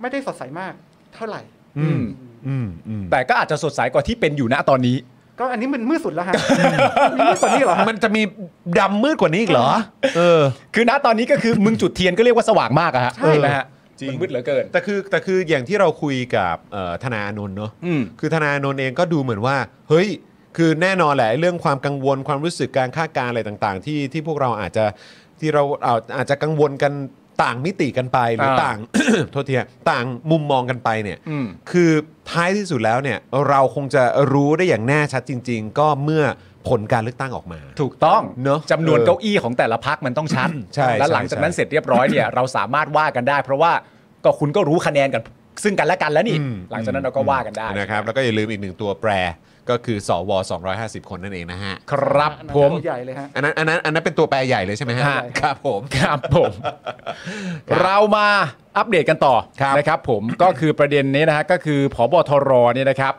Speaker 3: ไม่ได้สดใสมากเท่าไหร่
Speaker 2: อืม
Speaker 1: ม
Speaker 2: อืมอืม
Speaker 1: แต่ก็อาจจะสดใสกว่าที่เป็นอยู่ณตอนนี้
Speaker 3: ก็อันนี้มันมืดสุดแล้วฮะมีมืดกว่านี้เหรอฮะ
Speaker 2: มันจะมีดำมืดกว่านี้อีกเหรอ เออ
Speaker 1: คือณตอนนี้ก็คือมึงจุดเทียนก็เรียกว่าสว่างมากอะฮะ
Speaker 2: ใช่
Speaker 1: นะฮะมันมืดเหลือเกิน
Speaker 2: แต่คือแต่คืออย่างที่เราคุยกับเอ่อธนาอานนท์เนอะ
Speaker 1: อืม
Speaker 2: คือธนาโนนเองก็ดูเหมือนว่า เฮ้ย คือแน่นอนแหละเรื่องความกังวลความรู้สึกการคาดการณ์อะไรต่างๆ ที่ที่พวกเราอาจจะที่เราเอาอาจจะกังวลกันต่างมิติกันไปหรือ
Speaker 1: อ่า
Speaker 2: ต่าง โทษทีฮะต่างมุมมองกันไปเนี่ย
Speaker 1: อืม
Speaker 2: คือท้ายที่สุดแล้วเนี่ยเราคงจะรู้ได้อย่างแน่ชัดจริง ๆ ก็เมื่อผลการเลือกตั้งออกมา
Speaker 1: ถูกต้อง
Speaker 2: เนอะ
Speaker 1: จำนวน
Speaker 2: เออ
Speaker 1: เก้าอี้ของแต่ละพักมันต้องชัด
Speaker 2: ใช่
Speaker 1: และ
Speaker 2: ใช่
Speaker 1: หลังจากนั้น
Speaker 2: ใช่
Speaker 1: เสร็จเรียบร้อยเนี่ย เราสามารถว่ากันได้ เพราะว่าก็คุณก็รู้คะแนนกัน ซึ่งกันและกันแล้วนี่
Speaker 2: อืม
Speaker 1: หลังจากนั้นเราก็ว่ากันได้
Speaker 2: นะครับแล้วก็อย่าลืมอีกหนึ่งตัวแปรก็คือสว250 คนนั่นเองนะฮะ
Speaker 1: ครับ
Speaker 3: อันนั้น
Speaker 1: ผม
Speaker 3: ตัวใหญ่เลยฮะ
Speaker 2: อันนั้นอันนั้นอันนั้นเป็นตัวแปรใหญ่เลยใช่ไหมฮะ
Speaker 3: ใช่
Speaker 2: ครับผม
Speaker 1: ครับผม เรามาอัปเดตกันต่อ
Speaker 2: ครับ
Speaker 1: นะครับผม ก็คือประเด็นนี้นะฮะก็คือผบทรเนี่ยนะครับ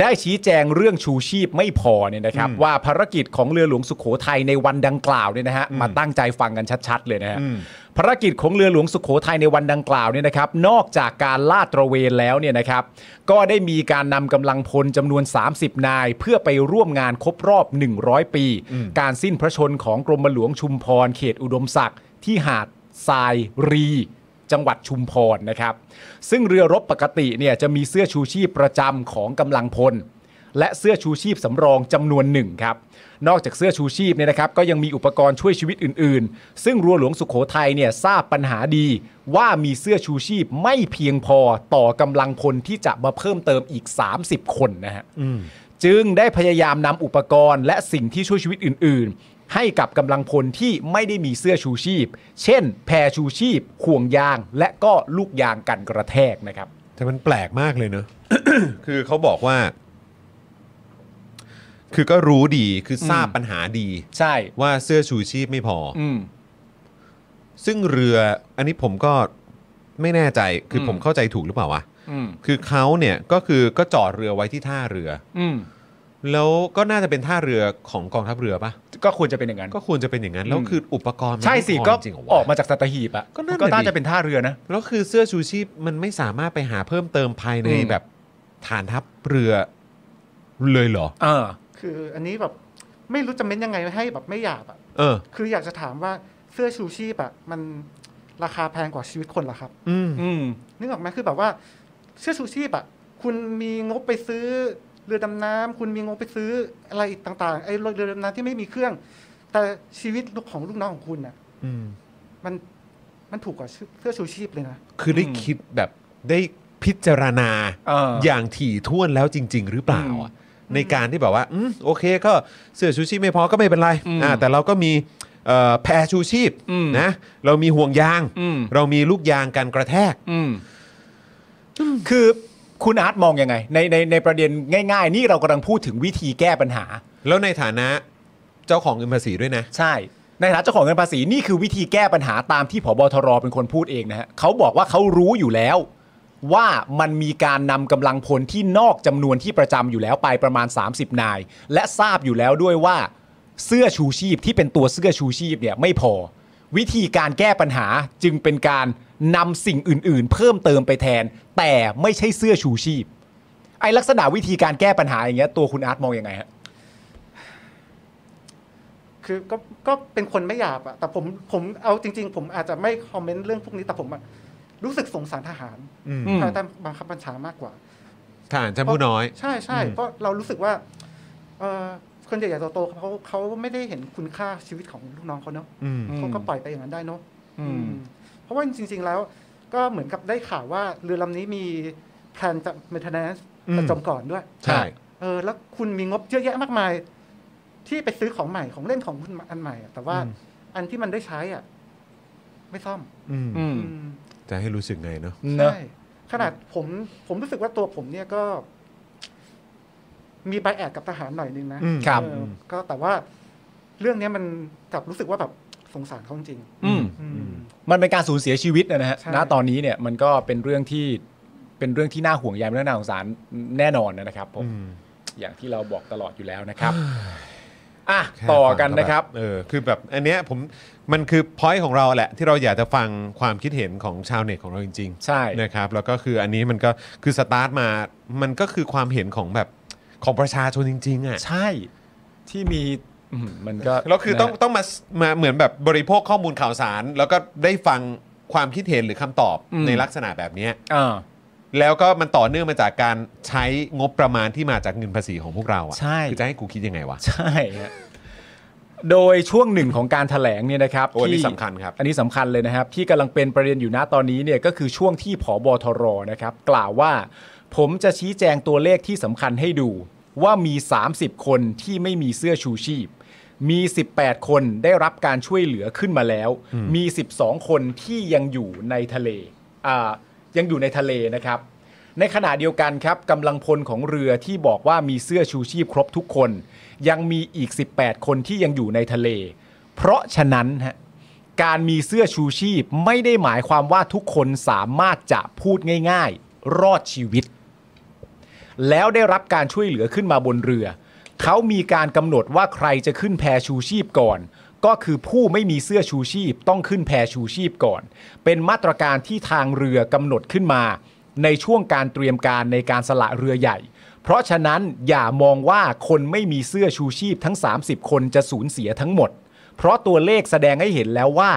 Speaker 1: ได้ชี้แจงเรื่องชูชีพไม่พอเนี่ยนะครับ ว่าภารกิจของเรือหลวงสุโขทัยในวันดังกล่าวเนี่ยนะฮะมาตั้งใจฟังกันชัดๆเลยนะฮะ ภารกิจของเรือหลวงสุขโขทัยในวันดังกล่าวเนี่ยนะครับ นอกจากการลาดตระเวนแล้วเนี่ยนะครับ ก็ได้มีการนำกำลังพลจำนวน 30 นาย เพื่อไปร่วมงานครบรอบ 100 ปี การสิ้นพระชนของกรมหลวงชุมพร เขตอุดมศักดิ์ที่หาดทรายรี จังหวัดชุมพรนะครับ ซึ่งเรือรบปกติเนี่ยจะมีเสื้อชูชีพประจำของกำลังพล และเสื้อชูชีพสำรองจำนวนหนึ่งครับ นอกจากเสื้อชูชีพเนี่ยนะครับ ก็ยังมีอุปกรณ์ช่วยชีวิตอื่น ๆ ซึ่งรัวหลวงสุขโขทัยเนี่ยทราบปัญหาดีว่ามีเสื้อชูชีพไม่เพียงพอต่อกำลังพลที่จะมาเพิ่มเติมอีก 30 คนนะฮะจึงได้พยายามนำอุปกรณ์และสิ่งที่ช่วยชีวิตอื่น ๆ ให้กับกำลังพลที่ไม่ได้มีเสื้อชูชีพ เช่น แพรชูชีพ ห่วงยาง และก็ลูกยางกันกระแทกนะครับ
Speaker 2: แต่มันแปลกมากเลยเนอะ คือเขาบอกว่า คือก็รู้ดี คือทราบ
Speaker 1: อืม
Speaker 2: ปัญหาดี
Speaker 1: ใช่
Speaker 2: ว่าเสื้อชูชีพไม่พอ
Speaker 1: อืม
Speaker 2: ซึ่งเรือ อันนี้ผมก็ไม่แน่ใจ คืออ
Speaker 1: ม
Speaker 2: ผมเข้าใจถูกหรือเปล่าวะ
Speaker 1: อืม
Speaker 2: คือเขาเนี่ยก็คือก็จอดเรือไว้ที่ท่าเรือ
Speaker 1: อืม
Speaker 2: แล้วก็น่าจะเป็นท่าเรือของกองทัพเรือปะ
Speaker 1: ก็ควรจะเป็นอย่างนั้น
Speaker 2: ก็ควรจะเป็นอย่างนั้น แล้ว
Speaker 1: อืม
Speaker 2: คืออุปกรณ์มัน
Speaker 1: ใช่สิ
Speaker 2: ไม่พ
Speaker 1: ก็
Speaker 2: จริงเหรวะ
Speaker 1: ออกมาจากสัตหีบอ่ะ
Speaker 2: ก็นั่นน่ะ
Speaker 1: ก็น่า
Speaker 2: ดิ
Speaker 1: จะเป็นท่าเรือนะ
Speaker 2: แล้วคือเสื้อชูชีพมันไม่สามารถไปหาเพิ่มเติมภายใน
Speaker 1: อืม
Speaker 2: แบบฐานทัพเรือเลยเหรอ
Speaker 1: เออ
Speaker 3: คืออันนี้แบบไม่รู้จะเม้นยังไงให้แบบไม่หยาบอ่ะ
Speaker 2: เออ
Speaker 3: คืออยากจะถามว่าเสื้อชูชีพอ่ะมันราคาแพงกว่าชีวิตคนเหรอครับ
Speaker 2: อืม
Speaker 1: อืม
Speaker 3: นึกออกไหมคือแบบว่าเสื้อชูชีพอ่ะคุณมีงบไปซื้อเรือดำน้ำคุณมีงบไปซื้ออะไรอีกต่างๆไอ้เรือดำน้ำที่ไม่มีเครื่อง แต่ชีวิตของลูกน้องของคุณน่ะ
Speaker 2: อืม
Speaker 3: มันมันถูกกว่าเสื้อชูชีพเลยนะ
Speaker 2: คือได้คิดแบบได้พิจารณา
Speaker 1: เอออ
Speaker 2: อย่างถี่ถ้วนแล้วจริง ๆ หรือเปล่าอะในการที่แบบว่าอืมโอเคก็เสื้อชูชีพไม่พอก็ไม่เป็นไร
Speaker 1: อืม
Speaker 2: อ่าแต่เราก็มีเอ่อแพรชูชีพ
Speaker 1: อืม
Speaker 2: นะเรามีห่วงยาง
Speaker 1: อืม
Speaker 2: เรามีลูกยางกันกระแทก
Speaker 1: อืม คือคุณอาร์ตมองยังไง ในในในประเด็นง่าย ๆ นี่เรากำลังพูดถึงวิธีแก้ปัญหา
Speaker 2: แล้วในฐานะเจ้าของเงินภาษีด้วยนะ
Speaker 1: ใช่ ในฐานะเจ้าของเงินภาษีนี่คือวิธีแก้ปัญหาตามที่ผบทรเป็นคนพูดเองนะฮะเขาบอกว่าเขารู้อยู่แล้ว ว่ามันมีการนำกำลังพลที่นอกจำนวนที่ประจำอยู่แล้วไปประมาณ 30 นาย และทราบอยู่แล้วด้วยว่าเสื้อชูชีพที่เป็นตัวเสื้อชูชีพเนี่ยไม่พอ วิธีการแก้ปัญหาจึงเป็นการนำสิ่งอื่น ๆ เพิ่มเติมไปแทน แต่ไม่ใช่เสื้อชูชีพ ไอลักษณะวิธีการแก้ปัญหาอย่างเงี้ยตัวคุณอาร์ตมองยังไงฮะ
Speaker 3: คือก็ก็เป็นคนไม่หยาบอะแต่ผมผมเอาจริง ๆ ผมอาจจะไม่คอมเมนต์เรื่องพวกนี้แต่ผมอะรู้สึกสงสารทหาร
Speaker 2: อืม
Speaker 1: อืม
Speaker 3: ภายใต้บังคับบัญชามากกว่า
Speaker 2: ฐานชั้นผู้น้อย
Speaker 3: ใช่ใช่
Speaker 2: อืม
Speaker 3: เพราะเรารู้สึกว่าเออคนใหญ่ๆโตๆเขาเขาไม่ได้เห็นคุณค่าชีวิตของลูกน้องเขาเนาะ
Speaker 2: อืม
Speaker 3: เขาก็ปล่อยไปอย่างนั้นได้เนาะ
Speaker 1: อืม
Speaker 3: อืมเพราะว่าจริง ๆ แล้ว ก็เหมือนกับได้ข่าวว่าเรือลำนี้มีแผนจะ maintenance
Speaker 2: อืม
Speaker 3: ประจำก่อนด้วย
Speaker 2: ใช่
Speaker 3: เออแล้วคุณมีงบเยอะแยะมากมาย ที่ไปซื้อของใหม่ของเล่นของคุณอันใหม่อะแต่ว่า
Speaker 2: อืม
Speaker 3: อันที่มันได้ใช้อ่ะ ไม่ซ่อม
Speaker 2: อืม
Speaker 1: อืม
Speaker 3: อืม
Speaker 2: จะให้รู้สึกไงเนาะ
Speaker 1: เนอะ
Speaker 3: ใช่ขนาดผมผมรู้สึกว่าตัวผมเนี่ยก็ มีใบแอดกับทหารหน่อยนึงนะ
Speaker 2: อืม
Speaker 1: ครับ
Speaker 3: เออก็แต่ว่า เรื่องเนี้ยมันกลับรู้สึกว่าแบบสงสารเขาจริง
Speaker 1: อืม
Speaker 3: ๆอืม
Speaker 1: มันเป็นการสูญเสียชีวิตนะฮะ
Speaker 3: ใช่
Speaker 1: ณ ตอนนี้เนี่ยมันก็เป็นเรื่องที่เป็นเรื่องที่น่าห่วงใยเป็นเรื่องน่าสงสารแน่นอนนะครับผม อย่างที่เราบอกตลอดอยู่แล้วนะครับ อ่ะ
Speaker 2: แค่
Speaker 1: ต่อ
Speaker 2: ฟัง
Speaker 1: กันนะครับ
Speaker 2: แเออคือแบบอันเนี้ยผมมันคือพอยต์ของเราแหละ ที่เราอยากจะฟังความคิดเห็นของชาวเน็ตของเราจริง
Speaker 1: ใช่
Speaker 2: ๆนะครับแล้วก็คืออันนี้มันก็คือสตาร์ทมามันก็คือความเห็นของแบบของประชาชนจริงๆอ่ะ
Speaker 1: ใช่ ที่มีอืมมันก็
Speaker 2: แล้วคือต้อง
Speaker 1: นะ
Speaker 2: ต้องมามาเหมือนแบบบริโภคข้อมูลข่าวสาร แล้วก็ได้ฟังความคิดเห็นหรือคำตอบ
Speaker 1: อืม
Speaker 2: ในลักษณะแบบเนี้ย
Speaker 1: อ่า
Speaker 2: แล้วก็มันต่อเนื่องมาจากการใช้งบประมาณที่มาจากเงินภาษีของพวกเราอ่ะ
Speaker 1: ใช่
Speaker 2: คือจะให้กูคิดยังไงวะ
Speaker 1: ใช่ฮะโดยช่วงหนึ่งของการแถลงเนี่ยนะครับ
Speaker 2: โอ้อันนี่
Speaker 1: ที่
Speaker 2: สำคัญครับ
Speaker 1: อันนี้สำคัญเลยนะครับ ที่กำลังเป็นประเด็นอยู่นะตอนนี้เนี่ยก็คือช่วงที่ผอบทรนะครับ กล่าวว่า ผมจะชี้แจงตัวเลขที่สำคัญให้ดู ว่ามี 30 คนที่ไม่มีเสื้อชูชีพ มี 18 คนได้รับการช่วยเหลือขึ้นมาแล้ว มี 12 คนที่ยังอยู่ในทะเลอ่ายังอยู่ในทะเลนะครับ ในขณะเดียวกันครับกำลังพลของเรือที่บอกว่ามีเสื้อชูชีพครบทุกคน ยังมีอีก 18 คนที่ยังอยู่ในทะเล เพราะฉะนั้นฮะ การมีเสื้อชูชีพไม่ได้หมายความว่าทุกคนสามารถจะพูดง่ายๆ รอดชีวิต แล้วได้รับการช่วยเหลือขึ้นมาบนเรือ เขามีการกำหนดว่าใครจะขึ้นแพชูชีพก่อน ก็คือผู้ไม่มีเสื้อชูชีพต้องขึ้นแพชูชีพก่อน เป็นมาตรการที่ทางเรือกำหนดขึ้นมา ในช่วงการเตรียมการในการสละเรือใหญ่ เพราะฉะนั้นอย่ามองว่าคนไม่มีเสื้อชูชีพทั้ง 30 คนจะสูญเสียทั้งหมด เพราะตัวเลขแสดงให้เห็นแล้วว่า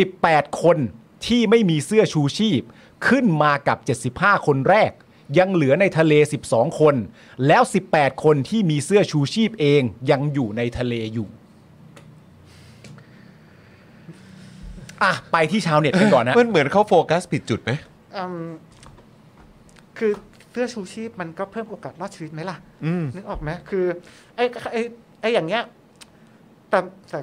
Speaker 1: 18 คนที่ไม่มีเสื้อชูชีพ ขึ้นมากับ 75 คนแรก ยังเหลือในทะเล 12 คน แล้ว 18 คนที่มีเสื้อชูชีพเองยังอยู่ในทะเลอยู่ อ่ะ ไปที่ชาวเน็ตกันก่อนนะ
Speaker 2: มันเหมือนเขาโฟกัสผิดจุดไหม
Speaker 3: อืมคือเสื้อชูชีพมันก็เพิ่มโอกาสรอดชีวิตไหมล่ะ
Speaker 2: อืม
Speaker 3: นึกออกไหมคือไอ้ไอ้ไอ้อย่างเงี้ยแต่แต่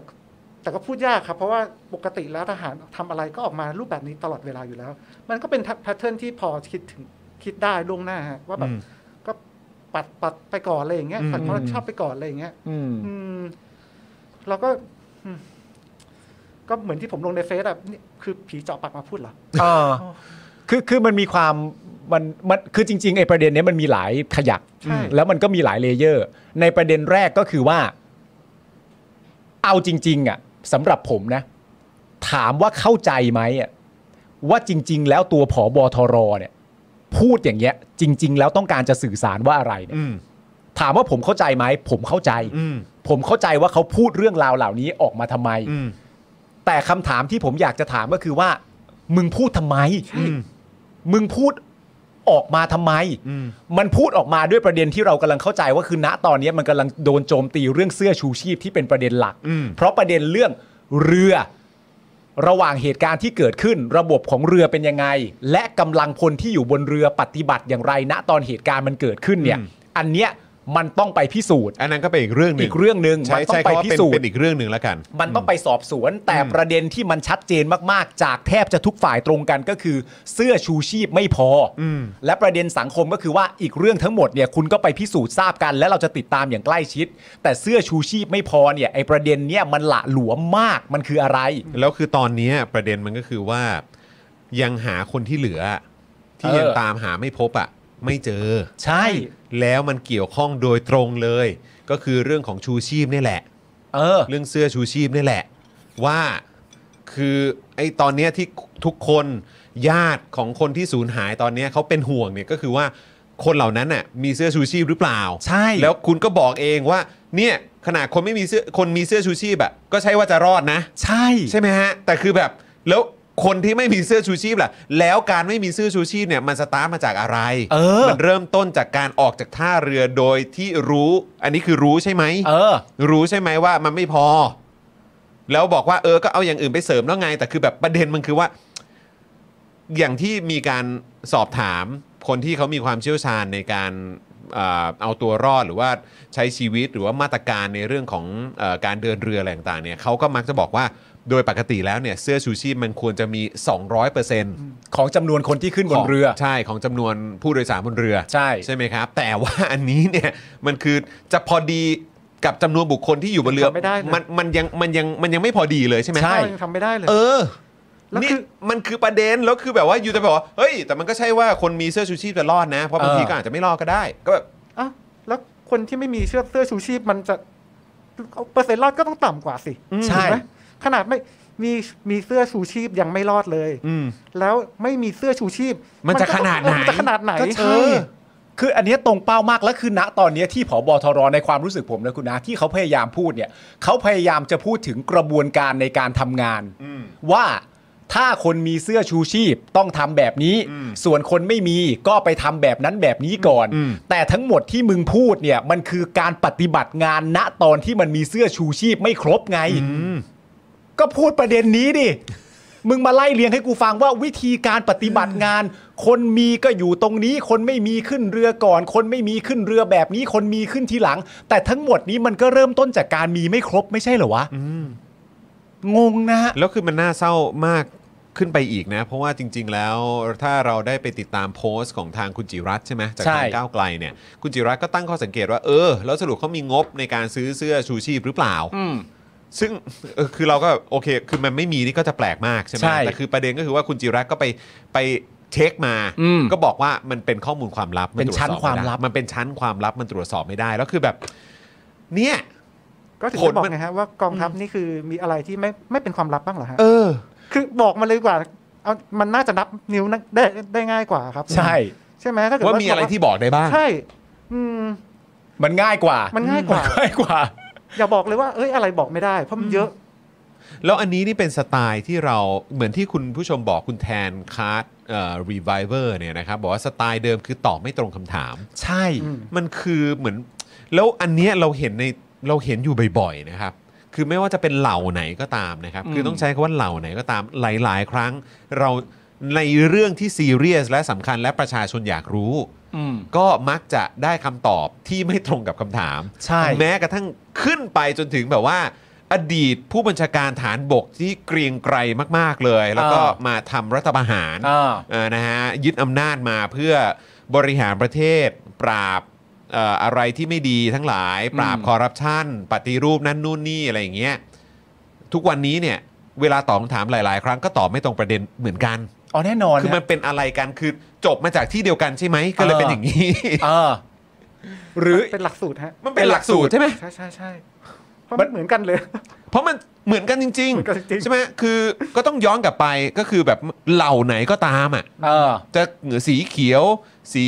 Speaker 3: แต่ก็พูดยากครับ เพราะว่าปกติแล้วทหารทำอะไรก็ออกมารูปแบบนี้ตลอดเวลาอยู่แล้ว มันก็เป็นแพทเทิร์นที่พอคิดถึงคิดได้ล่วงหน้าฮะว่าแบบ
Speaker 2: อืม
Speaker 3: ก็ปัดปัดไปก่อนอะไรอย่างเงี้ย
Speaker 2: อืม
Speaker 3: ปัดความรับผิดชอบไปก่อนอะไรอย่างเงี้ย
Speaker 1: อืม
Speaker 3: อืมเราก็อืมก็เหมือนที่ผมลงในเฟซอะนี่คือผีเจาะปากมาพูดเหรอ
Speaker 1: อ่าคือคือมันมีความ มันมันคือจริงๆไอ้ประเด็นเนี้ยมันมีหลายขยัก
Speaker 3: ใช่
Speaker 1: แล้วมันก็มีหลายเลเยอร์ ในประเด็นแรกก็คือว่า เอาจริง ๆ อ่ะสำหรับผมนะ ถามว่าเข้าใจไหมอ่ะว่าจริง ๆ แล้วตัวผอบอทรเนี่ย พูดอย่างเงี้ย จริง ๆ แล้วต้องการจะสื่อสารว่าอะไรเนี่ย
Speaker 2: อืม
Speaker 1: ถามว่าผมเข้าใจไหมผมเข้าใจ
Speaker 2: อืม
Speaker 1: ผมเข้าใจว่าเขาพูดเรื่องราวเหล่านี้ออกมาทำไม
Speaker 2: อืม
Speaker 1: แต่คำถามที่ผมอยากจะถามก็คือว่า มึงพูดทำไม
Speaker 2: อืม
Speaker 1: มึงพูดออกมาทำไม
Speaker 2: อืม
Speaker 1: มันพูดออกมาด้วยประเด็นที่เรากำลังเข้าใจว่าคือณตอนนี้มันกำลังโดนโจมตีเรื่องเสื้อชูชีพที่เป็นประเด็นหลัก
Speaker 2: อืม
Speaker 1: เพราะประเด็นเรื่องเรือ ระหว่างเหตุการณ์ที่เกิดขึ้น ระบบของเรือเป็นยังไง และกำลังพลที่อยู่บนเรือปฏิบัติอย่างไร ณตอนเหตุการณ์มันเกิดขึ้นเนี่ย อันเนี้ยมันต้องไปพิสูจน์
Speaker 2: อันนั้นก็เป็นอีกเรื่องหนึ่ง
Speaker 1: อีกเรื่องหนึ่ง
Speaker 2: ใช้
Speaker 1: มันต้
Speaker 2: ใช้
Speaker 1: องไป
Speaker 2: คำว่า
Speaker 1: พิ
Speaker 2: เป็น
Speaker 1: สูจ
Speaker 2: เป็น
Speaker 1: น์
Speaker 2: อีกเรื่องหนึ่งแล้วกัน
Speaker 1: มันต้องไปสอบสวน แต่ประเด็นที่มันชัดเจนมากๆ จากแทบจะทุกฝ่ายตรงกันก็คือ เสื้อชูชีพไม่พออและประเด็นสังคมก็คือว่าอีกเรื่องทั้งหมดเนี่ยคุณก็ไปพิสูจน์ทราบกัน และเราจะติดตามอย่างใกล้ชิด แต่เสื้อชูชีพไม่พอเนี่ยไอประเด็นเนี่ยมันหละหลวมมากมันคืออะไร
Speaker 2: แล้วคือตอนเนี้ยประเด็นมันก็คือว่า ยังหาคนที่เหลือ ที่
Speaker 1: เออ
Speaker 2: ยังตามหาไม่พบอ่ะ ไม่เจอ
Speaker 1: ใช่
Speaker 2: แล้วมันเกี่ยวข้องโดยตรงเลย ก็คือเรื่องของชูชีพนี่แหละ
Speaker 1: เออ
Speaker 2: เรื่องเสื้อชูชีพนี่แหละ ว่าคือไอ้ตอนเนี้ยที่ทุกคนญาติของคนที่สูญหายตอนเนี้ยเขาเป็นห่วงเนี่ยก็คือว่าคนเหล่านั้นน่ะมีเสื้อชูชีพหรือเปล่า
Speaker 1: ใช่
Speaker 2: แล้วคุณก็บอกเองว่าเนี่ยขนาดคนไม่มีเสื้อคนมีเสื้อชูชีพอะก็ใช่ว่าจะรอดนะ
Speaker 1: ใช่
Speaker 2: ใช่ไหมฮะ แต่คือแบบแล้วคนที่ไม่มีเสื้อชูชีพล่ะ แล้วการไม่มีเสื้อชูชีพเนี่ยมันสตาร์ทมาจากอะไร
Speaker 1: เออ
Speaker 2: มันเริ่มต้นจากการออกจากท่าเรือโดยที่รู้ อันนี้คือรู้ใช่ไหม
Speaker 1: เออ
Speaker 2: รู้ใช่ไหมว่ามันไม่พอ แล้วบอกว่าเออก็เอาอย่างอื่นไปเสริมแล้วไง แต่คือแบบประเด็นมันคือว่า อย่างที่มีการสอบถามคนที่เขามีความเชี่ยวชาญในการเอ่อเอาตัวรอดหรือว่าใช้ชีวิตหรือว่ามาตรการในเรื่องของเออการเดินเรืออะไรต่างๆเนี่ยเขาก็มักจะบอกว่าโดยปกติแล้วเนี่ยเสื้อชูชีพมันควรจะมี 200%
Speaker 1: ของจำนวนคนที่ขึ้นบนเรือ
Speaker 2: ใช่ของจำนวนผู้โดยสารบนเรือ
Speaker 1: ใช่
Speaker 2: ใช่ไหมครับ แต่ว่าอันนี้เนี่ยมันคือจะพอดีกับจำนวนบุคคลที่อยู่บนเรือ
Speaker 3: ทำไม่ได้เลย
Speaker 2: นมันยังมันยังมันยังไม่พอดีเลยใช่ไหม
Speaker 1: ใช่
Speaker 3: เรายังทำไม่ได้เลย
Speaker 2: เออ
Speaker 3: แล้ว
Speaker 2: นี่
Speaker 3: คือ
Speaker 2: มันคือประเด็นแล้วคือแบบว่าอยู่จะบอกว่าเฮ้ย แต่มันก็ใช่ว่าคนมีเสื้อชูชีพจะรอดนะ เพราะบางที
Speaker 1: เออ
Speaker 2: ก็อาจจะไม่รอดก็ได้ ก็แบบ
Speaker 3: อ่ะแล้วคนที่ไม่มีเสื้อเสื้อชูชีพมันจะเปอร์เซ็นต์รอดก็ต้องต่ำกว่าสิ
Speaker 1: ใช่
Speaker 3: ถูกไหมขนาดไม่มีมีเสื้อชูชีพยังไม่รอดเลย
Speaker 2: อืม
Speaker 3: แล้วไม่มีเสื้อชูชีพ
Speaker 2: มันจะ
Speaker 3: ก็ต้อง
Speaker 2: ขนาดไหน
Speaker 3: มัจะขนาดไหน
Speaker 1: ก็ใช่ คืออันเนี้ยตรงเป้ามาก และคือณตอนเนี้ยที่ผอบอทรในความรู้สึกผมนะคุณนะที่เขาพยายามพูดเนี่ยเขาพยายามจะพูดถึงกระบวนการในการทำงาน
Speaker 2: อืม
Speaker 1: ว่าถ้าคนมีเสื้อชูชีพต้องทำแบบนี้
Speaker 2: อืม
Speaker 1: ส่วนคนไม่มีก็ไปทำแบบนั้นแบบนี้ก่อน
Speaker 2: อืม
Speaker 1: แต่ทั้งหมดที่มึงพูดเนี่ยมันคือการปฏิบัติงานณตอนที่มันมีเสื้อชูชีพไม่ครบไง
Speaker 2: อืม
Speaker 1: ก็พูดประเด็นนี้ดิ มึงมาไล่เลียงให้กูฟังว่าวิธีการปฏิบัติงาน คนมีก็อยู่ตรงนี้ คนไม่มีขึ้นเรือก่อน คนไม่มีขึ้นเรือแบบนี้ คนมีขึ้นทีหลัง แต่ทั้งหมดนี้มันก็เริ่มต้นจากการมีไม่ครบไม่ใช่เหรอวะงงนะฮะ
Speaker 2: แล้วคือมันน่าเศร้ามากขึ้นไปอีกนะ เพราะว่าจริง ๆ แล้วถ้าเราได้ไปติดตามโพสต์ของทางคุณจิรัตน์ใช่ไหมจาก
Speaker 1: ใช่
Speaker 2: ทางก้าวไกลเนี่ย คุณจิรัตน์ก็ตั้งข้อสังเกตว่าเออ แล้วสรุปเขามีงบในการซื้อเสื้อชูชีพหรือเปล่า ซึ่งเออคือเราก็โอเค คือมันไม่มีนี่ก็จะแปลกมากใช่ไหม
Speaker 1: ใช่
Speaker 2: แต่คือประเด็นก็คือว่าคุณจิรัตน์ก็ไปไปเช็คมา
Speaker 1: อืม
Speaker 2: ก็บอกว่ามันเป็นข้อมูลความลับมั
Speaker 1: เป็นชั้น
Speaker 2: ตรจสอบ
Speaker 1: ความ
Speaker 2: ไได้
Speaker 1: ลับ
Speaker 2: มันเป็นชั้นความลับมันตรวจสอบไม่ได้แล้วคือแบบ เนี่ย
Speaker 3: ก็ถึง
Speaker 2: ผล
Speaker 3: จะบอก
Speaker 2: มัน
Speaker 3: ไงฮะว่ากองทัพนี่คือมีอะไรที่ไม่ไม่เป็นความลับบ้างเหรอฮะ
Speaker 2: เออ
Speaker 3: คือบอกมาเลยดีกว่าเอามันน่าจะนับนิ้วนะได้ได้ง่ายกว่าครับ
Speaker 1: ใช่
Speaker 3: ใช่ไหมถ้าเกิด
Speaker 2: ว่ามีอะไรที่บอกได้บ้าง
Speaker 3: ใช่ อืม
Speaker 1: มันง่ายกว่า
Speaker 3: มั
Speaker 1: มัน
Speaker 3: ง่ายกว่า
Speaker 1: ง่ายกว่า
Speaker 3: อย่าบอกเลยว่าเอ้ยอะไรบอกไม่ได้ เพราะมันเยอะ
Speaker 2: แล้วอันนี้นี่เป็นสไตล์ที่เราเหมือนที่คุณผู้ชมบอกคุณแทนคาร์ดเอ่อรีไวเวอร์เนี่ยนะครับ บอกว่าสไตล์เดิมคือตอบไม่ตรงคำถาม
Speaker 1: ใช่
Speaker 2: มันคือเหมือน แล้วอันเนี้ยเราเห็นในเราเห็นอยู่บ่อยๆนะครับ คือไม่ว่าจะเป็นเหล่าไหนก็ตามนะครับ คือต้องใช้คำว่าเหล่าไหนก็ตามหลายๆ ครั้ง เราในเรื่องที่ซีเรียสและสำคัญและประชาชนอยากรู้
Speaker 1: อืม
Speaker 2: ก็มักจะได้คำตอบที่ไม่ตรงกับคำถาม
Speaker 1: ใช่
Speaker 2: แม้กระทั่งขึ้นไปจนถึงแบบว่า อดีตผู้บัญชาการฐานบกที่เกรียงไกรมาก ๆ เลย แล้วก็มาทำรัฐประหาร
Speaker 1: อ่า
Speaker 2: เอ่อนะฮะยึดอำนาจมาเพื่อบริหารประเทศ ปราบเอ่ออะไรที่ไม่ดีทั้งหลาย ปราบ
Speaker 1: อืม
Speaker 2: คอร์รัปชันปฏิรูปนั่นนู่นนี่อะไรอย่างเงี้ยทุกวันนี้เนี่ยเวลาตอบคำถามหลาย ๆ ครั้งก็ตอบไม่ตรงประเด็นเหมือนกัน
Speaker 1: อ๋อแน่นอน
Speaker 2: คือมัน
Speaker 1: ฮะ
Speaker 2: เป็นอะไรกันคือจบมาจากที่เดียวกันใช่ไหมก็เลยเป็นอย่างนี้
Speaker 1: เออหรือ
Speaker 3: เป็นหลักสูตรฮะ
Speaker 2: มันเป็นหลักสูตรใช่ไหม
Speaker 3: ใช่ใช่ใช่เพราะมันเหมือนกันเลย
Speaker 2: เพราะมันเหมือนกันจริง
Speaker 3: เหมือนกันจริ
Speaker 2: ๆ
Speaker 3: ง
Speaker 2: ใช่ไหมคือก็ต้องย้อนกลับไปก็คือแบบเหล่าไหนก็ตามอ่ะ
Speaker 1: เออ
Speaker 2: จะเหนือสีเขียว สี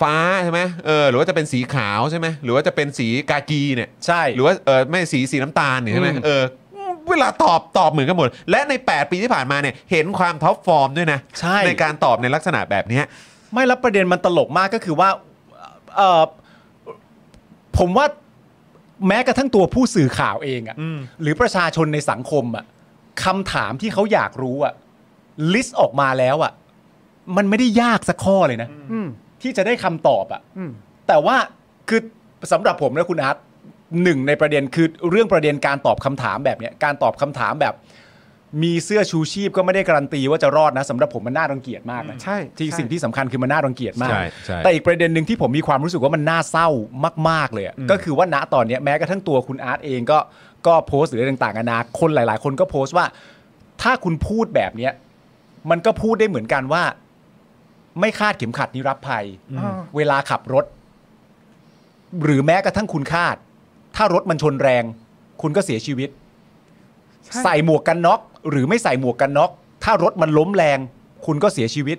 Speaker 2: ฟ้าใช่ไหมเออหรือว่าจะเป็นสีขาวใช่ไหมหรือว่าจะเป็นสีกากีเนี่ย
Speaker 1: ใช่
Speaker 2: หรือว่าเออไม่สีสีน้ำตาลเนี่ยใช่ไหม
Speaker 1: อืม
Speaker 2: เออเวลาตอบตอบเหมือนกันหมด และใน 8 ปีที่ผ่านมาเนี่ยเห็นความท็อปฟอร์มด้วยนะ
Speaker 1: ใช่
Speaker 2: ในการตอบในลักษณะแบบเนี้ย
Speaker 1: ไม่รับประเด็นมันตลกมากก็คือว่าเออผมว่าแม้กระทั่งตัวผู้สื่อข่าวเองอะ
Speaker 2: อืม
Speaker 1: หรือประชาชนในสังคมอะคำถามที่เขาอยากรู้อะลิสต์ออกมาแล้วอะมันไม่ได้ยากสักข้อเลยนะ
Speaker 3: อืม
Speaker 1: ที่จะได้คำตอบอะ
Speaker 3: อืม
Speaker 1: แต่ว่าคือสำหรับผมและคุณอาร์ตหนึ่งในประเด็นคือเรื่องประเด็นการตอบคำถามแบบเนี้ยการตอบคำถามแบบ มีเสื้อชูชีพก็ไม่ได้การันตีว่าจะรอดนะสำหรับผมมันน่ารังเกียจมากนะ
Speaker 3: ใช่
Speaker 1: ที่
Speaker 3: ใช่
Speaker 1: สิ่งที่สำคัญคือมันน่ารังเกียจมาก
Speaker 2: ใช่ใช่
Speaker 1: แต่อีกประเด็นหนึ่งที่ผมมีความรู้สึกว่ามันน่าเศร้ามาก ๆ เลยอะก็คือว่าณตอนเนี้ยแม้กระทั่งตัวคุณอาร์ตเองก็ก็โพสต์หรืออะไรต่างๆนานาคนหลาย ๆ คนก็โพสต์ว่า ถ้าคุณพูดแบบเนี้ยมันก็พูดได้เหมือนกันว่า ไม่คาดเข็มขัดนิรภัย
Speaker 3: อ่า
Speaker 1: เวลาขับรถ หรือแม้กระทั่งคุณคาด ถ้ารถมันชนแรง คุณก็เสียชีวิต
Speaker 3: ใช่
Speaker 1: ใส่หมวกกันน็อกหรือไม่ใส่หมวกกันน็อกถ้ารถมันล้มแรง คุณก็เสียชีวิต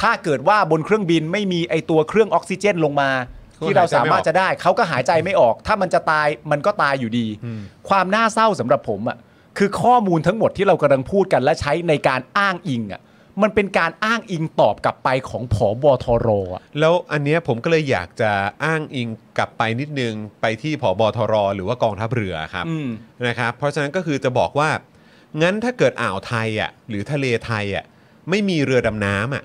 Speaker 1: ถ้าเกิดว่าบนเครื่องบินไม่มีไอตัวเครื่องออกซิเจนลงมา
Speaker 2: เขา
Speaker 1: ที่เราสามารถจะได้ เขาก็หายใจไม่ออก ถ้ามันจะตายมันก็ตายอยู่ดี
Speaker 2: อืม
Speaker 1: ความน่าเศร้าสำหรับผมอ่ะคือข้อมูลทั้งหมดที่เรากำลังพูดกันและใช้ในการอ้างอิงอ่ะมันเป็นการอ้างอิงตอบกลับไปของผอบทรอ่ะ
Speaker 2: แล้วอันเนี้ยผมก็เลยอยากจะอ้างอิงกลับไปนิดนึงไปที่ผอบทรหรือว่ากองทัพเรือครับ
Speaker 1: อืม
Speaker 2: นะครับเพราะฉะนั้นก็คือจะบอกว่า งั้นถ้าเกิดอ่าวไทยอ่ะหรือทะเลไทยอ่ะไม่มีเรือดำน้ำอ่ะ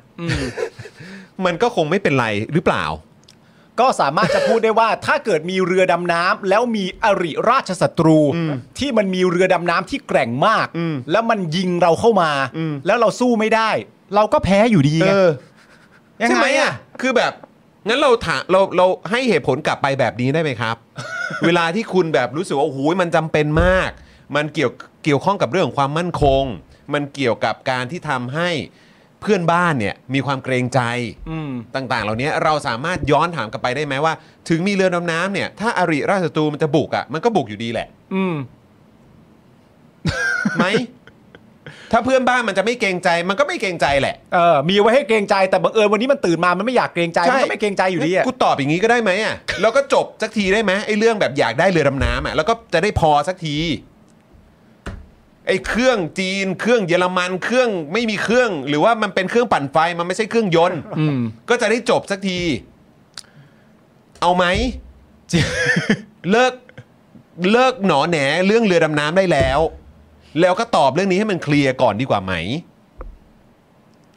Speaker 2: มันก็คงไม่เป็นไรหรือเปล่า
Speaker 1: ก็สามารถจะพูดได้ว่าถ้าเกิดมีเรือดำน้ำแล้วมีอริราชศัตรู ที่มันมีเรือดำน้ำที่แกร่งมาก
Speaker 2: อืม
Speaker 1: แล้วมันยิงเราเข้ามา
Speaker 2: อืม
Speaker 1: แล้วเราสู้ไม่ได้ เราก็แพ้อยู่ดี
Speaker 2: เอ
Speaker 1: ไง
Speaker 2: อ
Speaker 1: ยัง
Speaker 2: ใช่ไห
Speaker 1: ไง
Speaker 2: ม
Speaker 1: อ่ะ
Speaker 2: อ่ะคือแบบงั้นเราถามเราเราให้เหตุผลกลับไปแบบนี้ได้ไหมครับ เวลาที่คุณแบบรู้สึกว่าโอ้โหมันจำเป็นมาก มันเกี่ยวเกี่ยวข้องกับเรื่องของความมั่นคง มันเกี่ยวกับการที่ทำให้เพื่อนบ้านเนี่ยมีความเกรงใจ
Speaker 1: อืม
Speaker 2: ต่างๆ เหล่านี้เราสามารถย้อนถามกลับไปได้ไหมว่า ถึงมีเรือดำน้ำเนี่ย ถ้าอาริราชศัตรูมันจะบุกอะ่ะมันก็บุกอยู่ดีแหละ
Speaker 1: อืม
Speaker 2: ไหม ถ้าเพื่อนบ้านมันจะไม่เกรงใจ มันก็ไม่เกรงใจแหละ
Speaker 1: เออ มีไว้ให้เกรงใจแต่บังเอิญวันนี้มันตื่นมามันไม่อยากเกรงใจมันก็ไม่เกรงใจอยู่ดีอ่ะ
Speaker 2: กูตอบอย่างนี้ก็ได้ไหมอ่ะแล้วก็จบสักทีได้ไหมไอ้เรื่องแบบอยากได้เรือดำน้ำอ่ะแล้วก็จะได้พอสักทีไอ้เครื่องจีน เครื่องเยอรมันเครื่องไม่มีเครื่อง หรือว่ามันเป็นเครื่องปั่นไฟมันไม่ใช่เครื่องยนต์
Speaker 1: อืม
Speaker 2: ก็จะได้จบสักที เอาไหม เลิกเลิกหนอแหนเรื่องเรือดำน้ำได้แล้ว แล้วก็ตอบเรื่องนี้ให้มันเคลียร์ก่อนดีกว่าไหม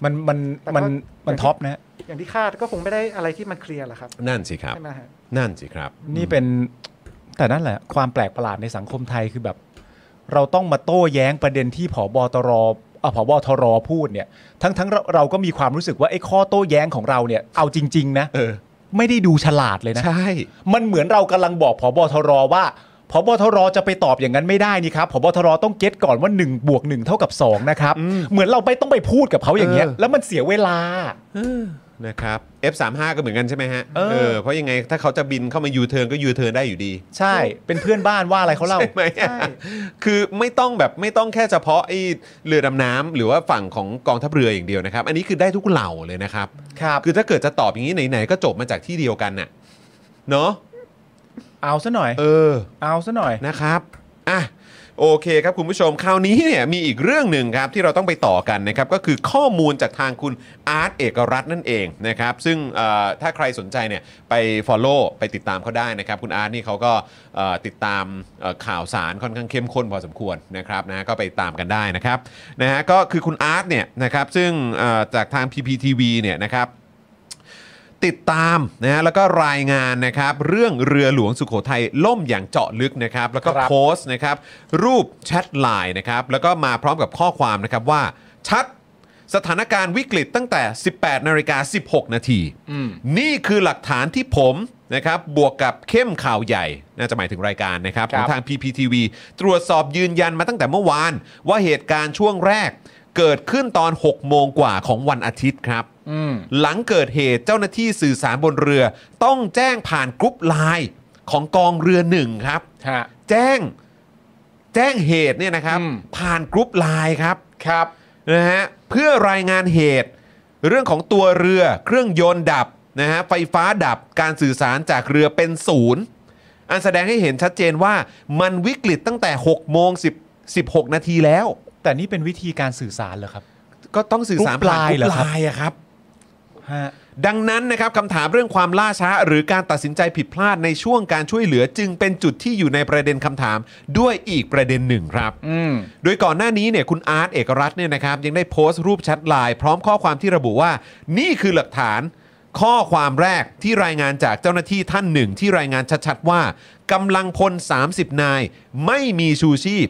Speaker 1: มันมัน
Speaker 3: แต่ก็
Speaker 1: มันมันท็อปนะ
Speaker 3: อย่างที่คาดก็คงไม่ได้อะไรที่มันเคลียร์หรอกครับ
Speaker 2: นั่นสิครับ
Speaker 3: ใช่ไหมฮะ
Speaker 2: นั่นสิครับ
Speaker 1: นี่เป็นแต่นั่นแหละ ความแปลกประหลาดในสังคมไทยคือแบบ เราต้องมาโต้แย้งประเด็นที่ผบตรเอ่อผบทรพูดเนี่ย ทั้งทั้งเราเราก็มีความรู้สึกว่าไอ้ข้อโต้แย้งของเราเนี่ยเอาจริง ๆ นะ
Speaker 2: เออ
Speaker 1: ไม่ได้ดูฉลาดเลยนะ
Speaker 2: ใช่
Speaker 1: มันเหมือนเรากำลังบอกผบทรว่าผบทรจะไปตอบอย่างนั้นไม่ได้นี่ครับผบทรต้องเก็ตก่อนว่า1บวก1เท่ากับ2นะครับเหมือนเราไปต้องไปพูดกับเขาอย่างเงี้ย
Speaker 2: เออ
Speaker 1: แล้วมันเสียเวลา
Speaker 2: นะครับ F35 ก็เหมือนกันใช่ไหมฮะ
Speaker 1: เออ
Speaker 2: เพราะยังไงถ้าเขาจะบินเข้ามายูเทิร์นก็ยูเทิร์นได้อยู่ดี
Speaker 1: ใช่ เป็นเพื่อนบ้านว่าอะไรเขาเล่า
Speaker 2: ใช่ไหม
Speaker 3: ใช่
Speaker 2: คือไม่ต้องแบบไม่ต้องแค่เฉพาะไอ้เรือดำน้ำหรือว่าฝั่งของกองทัพเรืออย่างเดียวนะครับ อันนี้คือได้ทุกเหล่าเลยนะครับ
Speaker 1: ครับ
Speaker 2: คือถ้าเกิดจะตอบอย่างนี้ไหนๆก็จบมาจากที่เดียวกันน่ะเนาะ
Speaker 1: เอาซะหน่อย
Speaker 2: เออ
Speaker 1: เอาซะหน่อย
Speaker 2: นะครับอ่ะโอเคครับคุณผู้ชมคราวนี้เนี่ยมีอีกเรื่องหนึ่งครับที่เราต้องไปต่อกันนะครับก็คือข้อมูลจากทางคุณอาร์ตเอกรัตน์นั่นเองนะครับซึ่งเอ่อถ้าใครสนใจเนี่ยไป Follow ไปติดตามเขาได้นะครับคุณอาร์ตนี่เขาก็เอ่อติดตามเอ่อข่าวสารค่อนข้างเข้มข้นพอสมควรนะครับนะก็ไปตามกันได้นะครับนะฮะก็คือคุณอาร์ตเนี่ยนะครับซึ่งเอ่อจากทาง PPTV เนี่ยนะครับ ติดตามนะฮะแล้วก็รายงานนะครับเรื่องเรือหลวงสุโขทัยล่มอย่างเจาะลึกนะครับแล้วก็
Speaker 1: ครับ
Speaker 2: โพสต์นะครับรูปแชทไลน์นะครับแล้วก็มาพร้อมกับข้อความนะครับว่า ชัดสถานการณ์วิกฤตตั้งแต่ 18นาฬิกา16 นาที นี่คือหลักฐานที่ผมนะครับบวกกับเข้มข่าวใหญ่ น่าจะหมายถึงรายการนะครับ
Speaker 1: ค
Speaker 2: ข
Speaker 1: รั
Speaker 2: อง
Speaker 1: บ
Speaker 2: ทาง PPTV ตรวจสอบยืนยันมาตั้งแต่เมื่อวาน ว่าเหตุการณ์ช่วงแรก เกิดขึ้นตอน 6 โมงกว่าของวันอาทิตย์ครับ
Speaker 1: อืม
Speaker 2: หลังเกิดเหตุเจ้าหน้าที่สื่อสารบนเรือ ต้องแจ้งผ่านกรุ๊ปไลน์ของกองเรือหนึ่งครับ
Speaker 1: ฮะ
Speaker 2: แจ้งแจ้งเหตุเนี่ยนะครับ
Speaker 1: อืม
Speaker 2: ผ่านกรุ๊ปไลน์ครับ
Speaker 1: ครับ
Speaker 2: นะฮะเพื่อรายงานเหตุ เรื่องของตัวเรือเครื่องยนต์ดับนะฮะไฟฟ้าดับการสื่อสารจากเรือเป็นศูนย์อันแสดงให้เห็นชัดเจนว่ามันวิกฤตตั้งแต่6โมง10 16 นาทีแล้ว
Speaker 1: แต่นี่เป็นวิธีการสื่อสารเหรอครับ
Speaker 2: ก็ต้องสื่อสารผ่า
Speaker 1: กรุ๊
Speaker 2: น
Speaker 1: ปไลน์เหรอค
Speaker 2: ป
Speaker 1: รับ
Speaker 2: ไลน์อะครับ
Speaker 1: ฮะ
Speaker 2: ดังนั้นนะครับคำถามเรื่องความล่าช้า หรือการตัดสินใจผิดพลาดในช่วงการช่วยเหลือจึงเป็นจุดที่อยู่ในประเด็นคำถามด้วยอีกประเด็นหนึ่งครับ
Speaker 1: อืม
Speaker 2: โดยก่อนหน้านี้เนี่ยคุณอาร์ตเอกรัตน์เนี่ยนะครับยังได้โพสต์รูปแชทไลน์พร้อมข้อความที่ระบุว่า นี่คือหลักฐานข้อความแรกที่รายงานจากเจ้าหน้าที่ท่านหนึ่งที่รายงานชัดๆว่ากำลังพล 30 นาย ไม่มีชูชีพ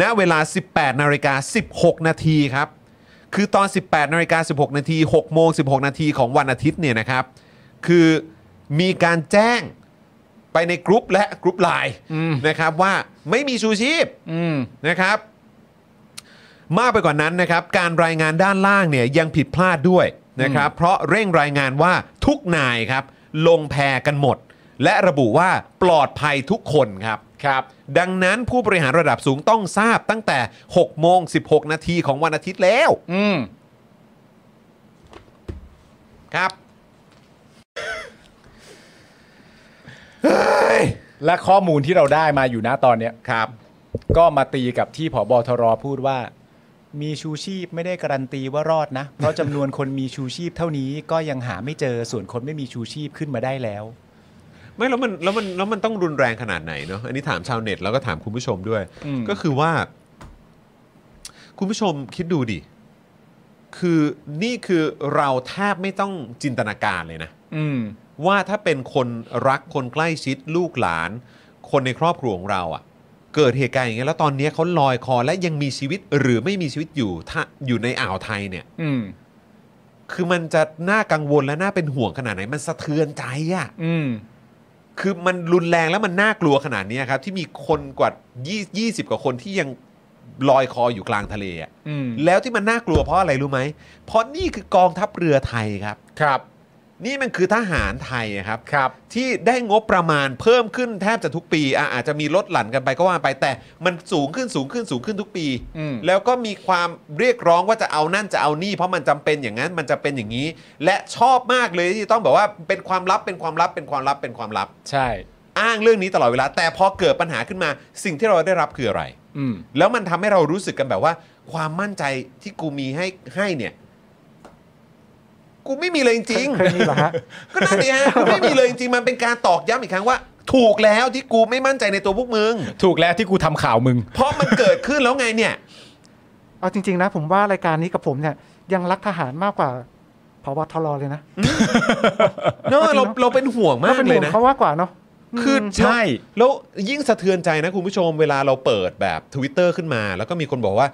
Speaker 2: ณเวลา 18นาฬิกา16 นาทีครับ คือตอน 18นาฬิกา16 นาที6โมง16 นาทีของวันอาทิตย์เนี่ยนะครับ คือมีการแจ้งไปในกรุ๊ปและกรุ๊ปไลน์
Speaker 1: อืม
Speaker 2: นะครับว่าไม่มีชูชีพ
Speaker 1: อืม
Speaker 2: นะครับมากไปกว่านั้นนะครับ การรายงานด้านล่างเนี่ยยังผิดพลาดด้วยนะครับ เพราะเร่งรายงานว่าทุกนายครับ ลงแพกันหมด และระบุว่าปลอดภัยทุกคนครับ
Speaker 1: ครับ
Speaker 2: ดังนั้นผู้บริหารระดับสูงต้องทราบตั้งแต่6โมง16 นาทีของวันอาทิตย์แล้ว
Speaker 1: อืม
Speaker 2: ครับ
Speaker 1: และข้อมูลที่เราได้มาอยู่นะตอนเนี้ย
Speaker 2: ครับ
Speaker 1: ก็มาตีกับที่ผอบอทรพูดว่า มีชูชีพไม่ได้การันตีว่ารอดนะ เพราะจำนวนคนมีชูชีพเท่านี้ก็ยังหาไม่เจอส่วนคนไม่มีชูชีพขึ้นมาได้แล้ว
Speaker 2: ไม่แล้วมันแล้วมันแล้วมันต้องรุนแรงขนาดไหนเนาะอันนี้ถามชาวเน็ตแล้วก็ถามคุณผู้ชมด้วย
Speaker 1: อืม
Speaker 2: ก็คือว่า คุณผู้ชมคิดดูดิ คือนี่คือเราแทบไม่ต้องจินตนาการเลยนะ
Speaker 1: อืม
Speaker 2: ว่าถ้าเป็นคนรักคนใกล้ชิดลูกหลาน คนในครอบครัวของเราอะ่ะ เกิดเหตุการณ์อย่างเงี้ยแล้วตอนเนี้ยเขาลอยคอและยังมีชีวิตหรือไม่มีชีวิตอยู่ถ้าอยู่ในอ่าวไทยเนี่ย
Speaker 1: อืม
Speaker 2: คือมันจะน่ากังวลและน่าเป็นห่วงขนาดไหน มันสะเทือนใจอะ
Speaker 1: อืม
Speaker 2: คือมันรุนแรงแล้วมันน่ากลัวขนาดเนี้ยครับ ที่มีคนกว่า20 20 กว่าคนที่ยังลอยคออยู่กลางทะเลอะ
Speaker 1: อืม
Speaker 2: แล้วที่มันน่ากลัวเพราะอะไรรู้ไหม เพราะนี่คือกองทัพเรือไทยครับ
Speaker 1: ครับ
Speaker 2: นี่มันคือทหารไทยอะครับ
Speaker 1: ครับ
Speaker 2: ที่ได้งบประมาณเพิ่มขึ้นแทบจะทุกปีอ่ะอาจจะมีลดหลั่นกันไปก็ว่าไปแต่มันสูงขึ้นสูงขึ้นสูงขึ้นทุกปี
Speaker 1: อืม
Speaker 2: แล้วก็มีความเรียกร้องว่าจะเอานั่นจะเอานี่ เพราะมันจำเป็นอย่างนั้นมันจะเป็นอย่างนี้ และชอบมากเลยที่ต้องแบบว่าเป็นความลับเป็นความลับเป็นความลับเป็นความลับ
Speaker 1: ใช่
Speaker 2: อ้างเรื่องนี้ตลอดเวลา แต่พอเกิดปัญหาขึ้นมาสิ่งที่เราได้รับคืออะไร
Speaker 1: อืม
Speaker 2: แล้วมันทำให้เรารู้สึกกันแบบว่า ความมั่นใจที่กูมีให้ให้เนี่ย กูไม่มีเลยจริง
Speaker 3: เคยมีเหรอฮะ
Speaker 2: ๆก็นั่นดิฮะกูไม่มีเลยจริงๆมันเป็นการตอกย้ำอีกครั้งว่า ถูกแล้วที่กูไม่มั่นใจในตัวพวกมึง
Speaker 1: ถูกแล้วที่กูทำข่าวมึง
Speaker 2: เพราะมันเกิดขึ้นแล้วไงเนี่ย
Speaker 3: เอาจริง ๆ นะ ผมว่ารายการนี้กับผมเนี่ยยังรักทหารมากกว่าพบทรเลยนะ
Speaker 2: เนอะเราเราเป็นห่วงมาก
Speaker 3: เป็น
Speaker 2: เล
Speaker 3: ห่
Speaker 2: ยว
Speaker 3: ง
Speaker 2: นะ
Speaker 3: เขามากกว่าเนาะม
Speaker 2: คือ
Speaker 1: ใช่
Speaker 2: แล้วยิ่งสะเทือนใจนะคุณผู้ชมเวลาเราเปิดแบบ Twitter ขึ้นมา แล้วก็มีคนบอกว่า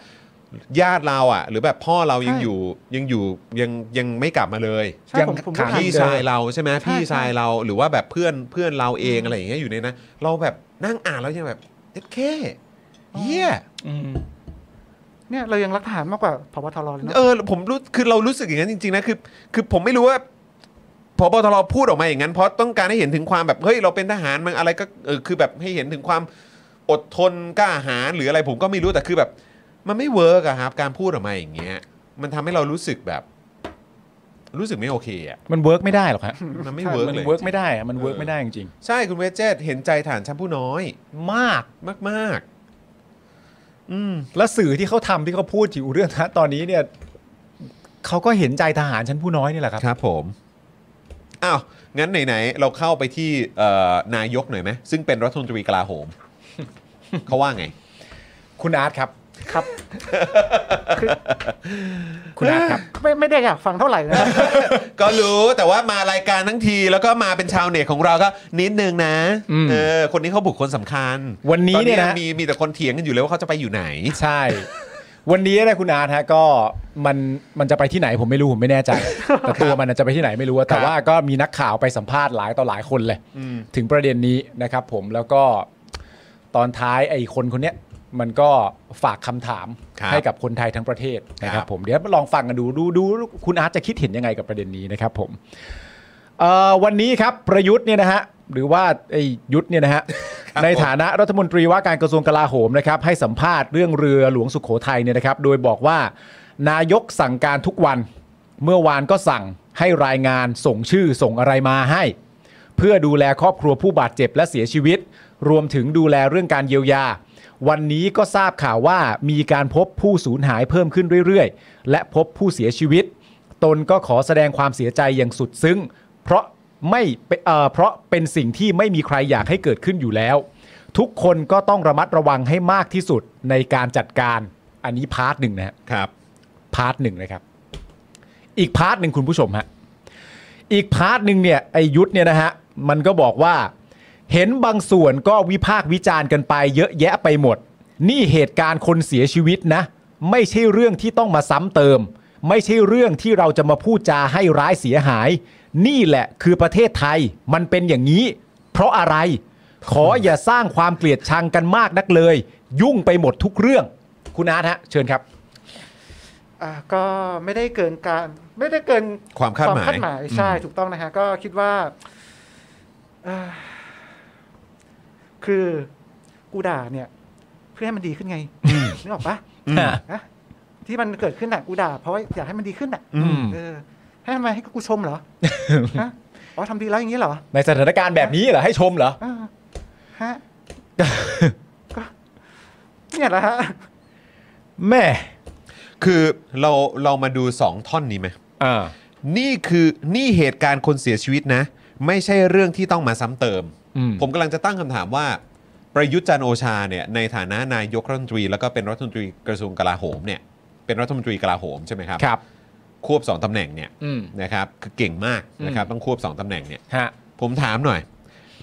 Speaker 2: ญาติเราอ่ะ หรือแบบพ่อเรายัง
Speaker 3: ใช่
Speaker 2: อยู่ยังอยู่ยังยังไม่กลับมาเลย
Speaker 3: ใช่
Speaker 1: ยัง
Speaker 3: ผมผม
Speaker 1: ขาด
Speaker 3: ก็
Speaker 2: พี่
Speaker 3: เจอ
Speaker 2: ชายเราใช่ไหม
Speaker 3: ใช่
Speaker 2: พี่
Speaker 3: ใช่
Speaker 2: ชายเราหรือว่าแบบเพื่อนเพื่อนเราเองอะไรอย่างเงี้ยอยู่ในนั้นเราแบบนั่งอ่านแล้วยังแบบเอ็ดเคเยี่ย
Speaker 1: อืม
Speaker 3: เนี่ยเรายังรักทหารมากกว่าพบทรเลยเนาะ
Speaker 2: เออผมรู้คือเรารู้สึกอย่างนั้นจริงๆนะคือคือผมไม่รู้ว่าพบตรพูดออกมาอย่างนั้นเพราะต้องการให้เห็นถึงความแบบเฮ้ยเราเป็นทหารมันอะไรก็เออคือแบบให้เห็นถึงความอดทนกล้าหาญหรืออะไรผมก็ไม่รู้แต่คือแบบ มันไม่เวิร์กอะครับการพูดออกมาอย่างเงี้ย มันทำให้เรารู้สึกแบบ รู้สึกไม่โอเคอะ
Speaker 1: มันเวิร์กไม่ได้หรอกฮะ
Speaker 2: มันไม่เวิร์ก
Speaker 1: มัน
Speaker 2: เลย
Speaker 1: เวิร์กไม่ได้อะมันเวิร์กไม่ได้จริง
Speaker 2: ใช่คุณเวจเจตเห็นใจฐานชั้นผู้น้อย
Speaker 1: ๆ มาก
Speaker 2: มากมากๆอืม
Speaker 1: และสื่อที่เขาทำที่เขาพูดถึงเรื่องนะตอนนี้เนี่ยเขาก็เห็นใจทหารชั้นผู้น้อยนี่แหละครับ
Speaker 2: ครับผม อ้าว งั้นไหน ๆ เราเข้าไปที่เอ่อนายกหน่อยไหม ซึ่งเป็นรัฐมนตรีกลาโหม เขาว่าไง
Speaker 1: คุณอาร์ตครับ
Speaker 3: ครับ
Speaker 1: คุณอาร์ตครับ
Speaker 3: ไม่ไม่ได้อยากฟังเท่าไหร่นะ
Speaker 2: ก็รู้แต่ว่ามารายการทั้งที แล้วก็มาเป็นชาวเน็ตของเราก็นิดนึงนะ
Speaker 1: อืม
Speaker 2: เออคนนี้เขาบุคคลสำคัญ
Speaker 1: วันนี้เนี่ยนะ
Speaker 2: ตอมีมีแต่คนเถียงกันอยู่เลยว่าเขาจะไปอยู่ไหน
Speaker 1: ใช่ วันนี้นะคุณอาร์ตฮะก็มันมันจะไปที่ไหนผมไม่รู้ผมไม่แน่ใจ แต่ตัวมันน่ะจะไปที่ไหนไม่รู้อะแต่ว่าก็มีนักข่าวไปสัมภาษณ์หลายต่อหลายคนเลย
Speaker 2: อืม
Speaker 1: ถึงประเด็นนี้นะครับผมแล้วก็ตอนท้ายไอ้คนคนเนี้ย มันก็ฝากคำถาม
Speaker 2: ครับ
Speaker 1: ให้กับคนไทยทั้งประเทศนะค
Speaker 2: ครั
Speaker 1: รับบ ผมเดี๋ยวลองฟังกันดูดูดูคุณอาร์ตจะคิดเห็นยังไงกับประเด็นนี้นะครับผม เอ่อวันนี้ครับประยุทธ์เนี่ยนะฮะหรือว่าไอ้ยุทธเนี่ยนะฮะในฐานะรัฐมนตรีว่าการกระทรวงกลาโหมนะครับให้สัมภาษณ์เรื่องเรือหลวงสุโขทัยเนี่ยนะครับโดยบอกว่านายกสั่งการทุกวันเมื่อวานก็สั่งให้รายงานส่งชื่อส่งอะไรมาให้ เพื่อดูแลครอบครัวผู้บาดเจ็บและเสียชีวิต รวมถึงดูแลเรื่องการเยียวยา วันนี้ก็ทราบข่าวว่ามีการพบผู้สูญหายเพิ่มขึ้นเรื่อยๆ และพบผู้เสียชีวิต ตนก็ขอแสดงความเสียใจอย่างสุดซึ้ง เพราะไม่เอ่อเพราะเป็นสิ่งที่ไม่มีใครอยากให้เกิดขึ้นอยู่แล้ว ทุกคนก็ต้องระมัดระวังให้มากที่สุดในการจัดการ อันนี้พาร์ทหนึ่งนะฮะ
Speaker 2: ครับ
Speaker 1: พาร์ทหนึ่งนะครับ อีกพาร์ทหนึ่งคุณผู้ชมฮะ อีกพาร์ทหนึ่งเนี่ยไอยุทธเนี่ยนะฮะ มันก็บอกว่า เห็นบางส่วนก็วิพากษ์วิจารณ์กันไป เยอะแยะไปหมด นี่เหตุการณ์คนเสียชีวิตนะ ไม่ใช่เรื่องที่ต้องมาซ้ำเติม ไม่ใช่เรื่องที่เราจะมาพูดจาให้ร้ายเสียหาย นี่แหละคือประเทศไทย มันเป็นอย่างนี้ เพราะอะไร ขออย่าสร้างความเกลียดชังกันมากนักเลย ยุ่งไปหมดทุกเรื่อง คุณอาร์ตฮะ เชิญครับ
Speaker 3: อ่าก็ไม่ได้เกินการไม่ได้เกิน
Speaker 2: ความคาดหมาย
Speaker 3: ใช่ถูกต้องนะฮะก็คิดว่าอ่าคือกูด่าเนี่ย เพื่อให้มันดีขึ้นไงนึกออกปะ
Speaker 2: อืม
Speaker 3: นะที่มันเกิดขึ้นน่ะกูด่าเพราะว่าอยากให้มันดีขึ้นน่ะ
Speaker 1: อืม
Speaker 3: เออให้ทำไมให้กูชมเหรอ ฮะอ๋อทำดีแล้วอย่างนี้เหรอ
Speaker 1: ในสถานการณ์แบบนี้เหรอให้ชมเหรอ
Speaker 3: อ่าฮะก็เนี่ยแหละฮะ
Speaker 1: แม่
Speaker 2: คือเราเรามาดูสองท่อนนี้ไหม
Speaker 1: อ่า
Speaker 2: นี่คือนี่เหตุการณ์คนเสียชีวิตนะ ไม่ใช่เรื่องที่ต้องมาซ้ำเติม
Speaker 1: อืม
Speaker 2: ผมกำลังจะตั้งคำถามว่า ประยุทธ์จันทร์โอชาเนี่ยในฐานะนายกรัฐมนตรี แล้วก็เป็นรัฐมนตรีกระทรวงกลาโหมเนี่ยเป็นรัฐมนตรีกลาโหมใช่ไหมครับ
Speaker 1: ครับ
Speaker 2: ควบสองตำแหน่งเนี่ย
Speaker 1: อืม
Speaker 2: นะครับคือเก่งมากนะครับต้องควบสองตำแหน่งเนี่ย
Speaker 1: ฮะ
Speaker 2: ผมถามหน่อย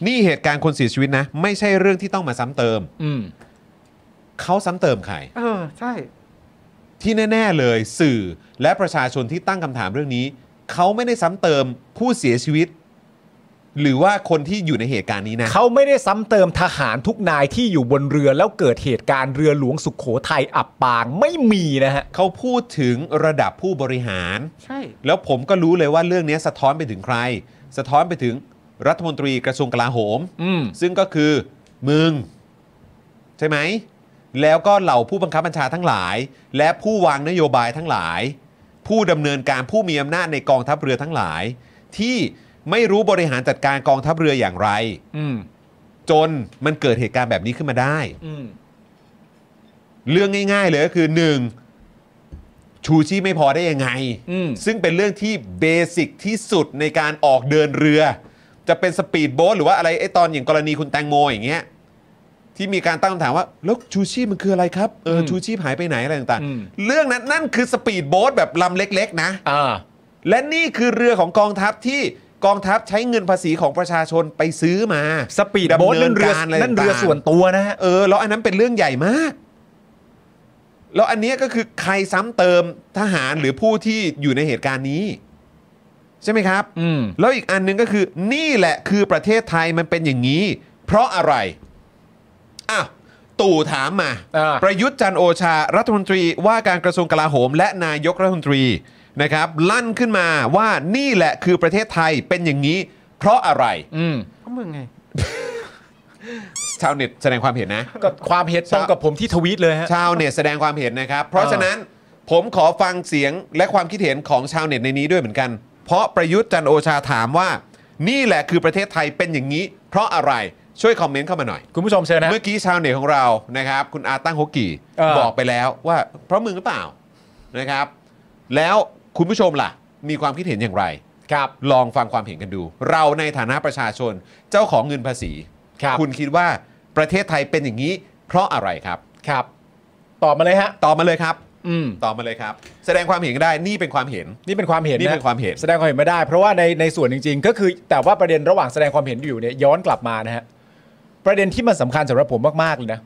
Speaker 2: นี่เหตุการณ์คนเสียชีวิตนะ ไม่ใช่เรื่องที่ต้องมาซ้ำเติม
Speaker 1: อืม
Speaker 2: เขาซ้ำเติมใคร
Speaker 3: เออ ใช่
Speaker 2: ที่แน่ ๆ เลยสื่อและประชาชนที่ตั้งคำถามเรื่องนี้ เขาไม่ได้ซ้ำเติมผู้เสียชีวิต หรือว่าคนที่อยู่ในเหตุการณ์นี้นะ
Speaker 1: เขาไม่ได้ซ้ำเติมทหารทุกนายที่อยู่บนเรือแล้วเกิดเหตุการณ์เรือหลวงสุขโขทัยอับปางไม่มีนะฮะ
Speaker 2: เขาพูดถึงระดับผู้บริหาร
Speaker 3: ใช่
Speaker 2: แล้วผมก็รู้เลยว่าเรื่องนี้สะท้อนไปถึงใคร สะท้อนไปถึงรัฐมนตรีกระทรวงกลาโหม
Speaker 1: อืม
Speaker 2: ซึ่งก็คือมึง ใช่ไหม แล้วก็เหล่าผู้บังคับบัญชาทั้งหลาย และผู้วางนโยบายทั้งหลาย ผู้ดำเนินการผู้มีอำนาจในกองทัพเรือทั้งหลาย ที่ไม่รู้บริหารจัดการกองทัพเรืออย่างไร
Speaker 1: อืม
Speaker 2: จนมันเกิดเหตุการณ์แบบนี้ขึ้นมาได้
Speaker 1: อืม
Speaker 2: เรื่องง่าย ๆ เลยก็คือ 1. ชูชีพไม่พอได้ยังไง
Speaker 1: อืม
Speaker 2: ซึ่งเป็นเรื่องที่เบสิกที่สุดในการออกเดินเรือ จะเป็นสปีดโบ๊ทหรือว่าอะไรไอ้ตอนอย่างกรณีคุณแตงโมอย่างเงี้ยที่มีการตั้งคำถามว่าแล้วชูชีพมันคืออะไรครับเอออ
Speaker 1: ม
Speaker 2: ชูชีพหายไปไหนอะไรต่าง
Speaker 1: อืม
Speaker 2: ๆ เรื่องนั้นนั่นคือสปีดโบ๊ทแบบลำเล็ก ๆ นะ
Speaker 1: อ่า
Speaker 2: และนี่คือเรือของกองทัพที่กองทัพใช้เงินภาษีของประชาชนไปซื้อมา
Speaker 1: สปีดโบ๊ท
Speaker 2: ำ
Speaker 1: นั่นเรือ
Speaker 2: กาะไ
Speaker 1: นั่นเรือ
Speaker 2: ต่างๆ
Speaker 1: ส่วนตัวนะฮะ
Speaker 2: เออแล้วอันนั้นเป็นเรื่องใหญ่มาก แล้วอันเนี้ยก็คือใครซ้ำเติมทหารหรือผู้ที่อยู่ในเหตุการณ์นี้ ใช่ไหมครับ
Speaker 1: อืม
Speaker 2: แล้วอีกอันหนึงก็คือ นี่แหละคือประเทศไทยมันเป็นอย่างนี้ เพราะอะไรอ้าวตู่ถามมา
Speaker 1: อ่า
Speaker 2: ประยุทธ์จันทร์โอชา รัฐมนตรีว่าการกระทรวงกลาโหม และนายกรัฐมนตรีนะครับ ลั่นขึ้นมาว่านี่แหละคือประเทศไทยเป็นอย่างนี้ เพราะอะไร
Speaker 1: อืม
Speaker 3: ก็มึงไง
Speaker 2: ชาวเน็ตแสดงความเห็นนะ
Speaker 1: ก็ความเห็นตรงกับผมที่ทวีตเลยฮะ
Speaker 2: ชาวเน็ตแสดงความเห็นนะครับ เพราะฉะนั้นผมขอฟังเสียงและความคิดเห็นของชาวเน็ตในนี้ด้วยเหมือนกัน เพราะประยุทธ์จันทร์โอชาถามว่า นี่แหละคือประเทศไทยเป็นอย่างนี้ เพราะอะไรช่วยคอมเมนต์เข้ามาหน่อย
Speaker 1: คุณผู้ชมเชิญนะ
Speaker 2: เมื่อกี้ชาวเน็ตของเรานะครับ คุณอาตั้งฮกกี้
Speaker 1: เออ
Speaker 2: บอกไปแล้วว่า เพราะมึงหรือเปล่านะครับ แล้วคุณผู้ชมล่ะ มีความคิดเห็นอย่างไร
Speaker 1: ครับ
Speaker 2: ลองฟังความเห็นกันดู เราในฐานะประชาชนเจ้าของเงินภาษี
Speaker 1: ครับ
Speaker 2: ณคิดว่าประเทศไทยเป็นอย่างนี้ เพราะอะไรครับ
Speaker 1: ครับ ตอบมาเลยฮะ
Speaker 2: ตอบมาเลยครับ
Speaker 1: อืม
Speaker 2: ตอบมาเลยครับ แสดงความเห็นก็ได้นี่เป็นความเห็น
Speaker 1: นี่เป็นความเห็นะ
Speaker 2: นี่เป็นความเห็น
Speaker 1: แสดงความเห็นไม่ได้ เพราะว่าในในส่วนจริง ๆ ก็คือแต่ว่าประเด็นระหว่างแสดงความเห็นอยู่เนี่ยย้อนกลับมานะฮะประเด็นที่มันสำคัญสำหรับผมมากๆเลยนะ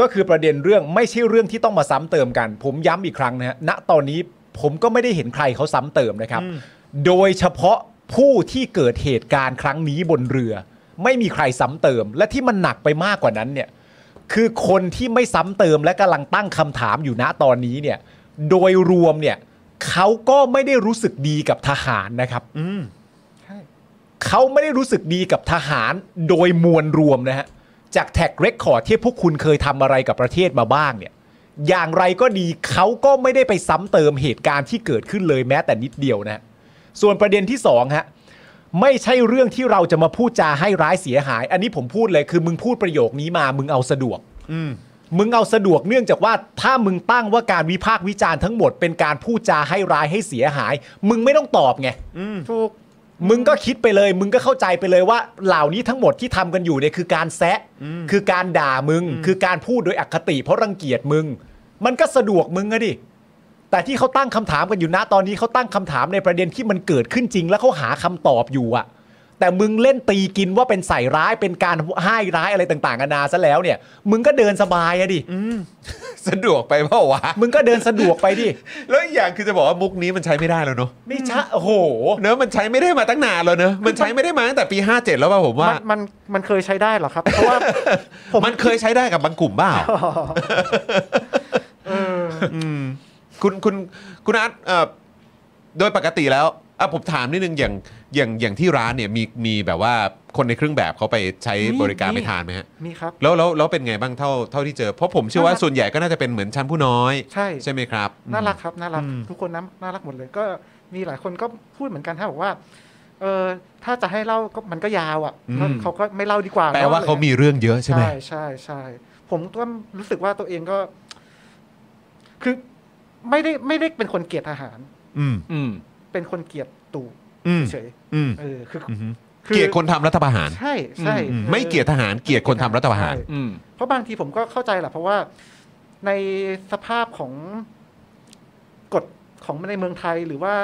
Speaker 1: ก็คือประเด็นเรื่องไม่ใช่เรื่องที่ต้องมาซ้ำเติมกัน ผมย้ำอีกครั้งนะฮะณตอนนี้ผมก็ไม่ได้เห็นใครเขาซ้ำเติมนะครับ โดยเฉพาะผู้ที่เกิดเหตุการณ์ครั้งนี้บนเรือ ไม่มีใครซ้ำเติม และที่มันหนักไปมากกว่านั้นเนี่ย คือคนที่ไม่ซ้ำเติมและกำลังตั้งคำถามอยู่ณตอนนี้เนี่ย โดยรวมเนี่ยเขาก็ไม่ได้รู้สึกดีกับทหารนะครับ
Speaker 2: อืม
Speaker 1: เขาไม่ได้รู้สึกดีกับทหารโดยมวลรวมนะฮะ จากแท็กเรคคอร์ดที่พวกคุณเคยทำอะไรกับประเทศมาบ้างเนี่ย อย่างไรก็ดีเขาก็ไม่ได้ไปซ้ำเติมเหตุการณ์ที่เกิดขึ้นเลยแม้แต่นิดเดียวนะฮะส่วนประเด็นที่สองฮะ ไม่ใช่เรื่องที่เราจะมาพูดจาให้ร้ายเสียหาย อันนี้ผมพูดเลยคือมึงพูดประโยคนี้มามึงเอาสะดวก
Speaker 2: อืม
Speaker 1: มึงเอาสะดวกเนื่องจากว่าถ้ามึงตั้งว่าการวิพากษ์วิจารณ์ทั้งหมดเป็นการพูดจาให้ร้ายให้เสียหาย มึงไม่ต้องตอบไง
Speaker 2: อืม
Speaker 3: ถูก
Speaker 1: มึงก็คิดไปเลย มึงก็เข้าใจไปเลยว่าเหล่านี้ทั้งหมดที่ทำกันอยู่เนี่ยคือการแซะ คือการด่ามึง คือการพูดโดยอคติ เพราะรังเกียจมึง มันก็สะดวกมึงอะดิ แต่ที่เขาตั้งคำถามกันอยู่นะตอนนี้เขาตั้งคำถามในประเด็นที่มันเกิดขึ้นจริง แล้วเขาหาคำตอบอยู่อะแต่มึงเล่นตีกินว่าเป็นใส่ร้ายเป็นการให้ร้ายอะไรต่างๆนานาซะแล้วเนี่ย มึงก็เดินสบายอะดิ
Speaker 2: สะดวกไปเปล่าวะ
Speaker 1: มึงก็เดินสะดวกไป ดิ
Speaker 2: แล้วอีกอย่างคือจะบอกว่ามุกนี้มันใช้ไม่ได้แล้วเนอะ
Speaker 1: ไม่ใช่โอ้โห
Speaker 2: เนอะมันใช้ไม่ได้มาตั้งนานแล้วเนอะมันใช้ไม่ได้มาตั้งแต่ปี 57 แล้วป่ะผมว่า
Speaker 3: มันมันมันเคยใช้ได้เหรอครับ เพรา ะว่า ผม
Speaker 2: มันเคยใช้ได้กับบางกลุ่มบ้า
Speaker 3: เออ
Speaker 2: คุณคุณคุณอาร์ตเอ่อโดยปกติแล้วอ่ะผมถามนิดนึงอย่างอย่างอย่างที่ร้านเนี่ยมีมีแบบว่าคนในเครื่องแบบเขาไปใช้บริการไปทานไหมฮะ
Speaker 3: มีครับ
Speaker 2: แล้วแล้วแล้วเป็นไงบ้างเท่าเท่าที่เจอ เพราะผมเชื่อว่า
Speaker 3: น่ารัก
Speaker 2: ส่วนใหญ่ก็น่าจะเป็นเหมือนชั้นผู้น้อย
Speaker 3: ใช่
Speaker 2: ใช่ไหมครับ
Speaker 3: น่ารักครับน่ารัก
Speaker 2: อืม
Speaker 3: ทุกคนนะน่ารักหมดเลย ก็มีหลายคนก็พูดเหมือนกันถ้าบอกว่า เออถ้าจะให้เล่าก็มันก็ยาวอ่ะก็เขาก็ไม่เล่าดีกว่า
Speaker 2: แปลว่าเขามีเรื่องเยอะใช่ไหม
Speaker 3: ใช่ใช่ใช่ผมก็รู้สึกว่าตัวเองก็ คือไม่ได้ไม่ได้เป็นคนเกลียดทหาร
Speaker 2: อืม
Speaker 1: อืม
Speaker 3: เป็นคนเกลียดตู่
Speaker 2: อืม
Speaker 3: เฉย
Speaker 2: อืม
Speaker 3: ๆเออคือ
Speaker 2: อืม
Speaker 3: อ
Speaker 2: เกลียดคนทำรัฐประหาร
Speaker 3: ใช่ใช่
Speaker 1: อืม
Speaker 2: ไม่เกลียดทหารเกลียดคนทำรัฐประหาร
Speaker 3: ใช่
Speaker 1: อืม
Speaker 3: เพราะบางทีผมก็เข้าใจแหละเพราะว่าในสภาพของกฎของในเมืองไทยหรือว่า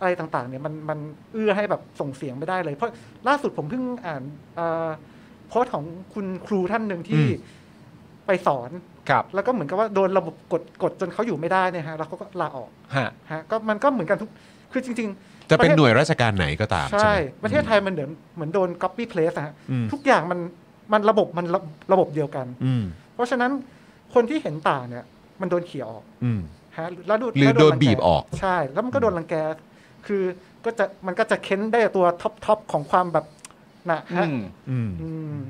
Speaker 3: อะไรต่างๆ เนี่ยมันมันเอื้อให้แบบส่งเสียงไม่ได้เลย เพราะล่าสุดผมเพิ่งอ่านเอ่อโพสต์ของคุณครูท่านหนึ่งที่
Speaker 2: อืม
Speaker 3: ไปสอน
Speaker 1: ครับ
Speaker 3: แล้วก็เหมือนกับว่าโดนระบบกดกดจนเขาอยู่ไม่ได้เนี่ยฮะแล้วเขาก็ลาออก
Speaker 1: ฮะ
Speaker 3: ฮะก็มันก็เหมือนกันทุกคือจริง
Speaker 2: จะเป็น
Speaker 3: ประเทศ
Speaker 2: หน่วยราชการไหนก็ตาม
Speaker 3: ๆ
Speaker 2: ใช่
Speaker 3: ใช่
Speaker 2: ไหม
Speaker 3: ประเทศไทยมันเหมือนเหมือนโดน copy paste อะฮะ
Speaker 2: อืม
Speaker 3: ทุกอย่างมันมันระบบมันระระบบเดียวกัน
Speaker 2: อืม
Speaker 3: เพราะฉะนั้นคนที่เห็นต่างเนี่ยมันโดนเขี่ยออก
Speaker 2: อืม
Speaker 3: ฮะแล้วดู
Speaker 2: หรือ
Speaker 3: แล้ว
Speaker 2: โดน
Speaker 3: รังแ
Speaker 2: บีบออก
Speaker 3: ใช่ แล้วมันก็โดนรังแก คือก็จะมันก็จะเค้นได้ตัวท็อปทอปของความแบบนะฮะ
Speaker 1: อืม
Speaker 2: อืม
Speaker 3: อืม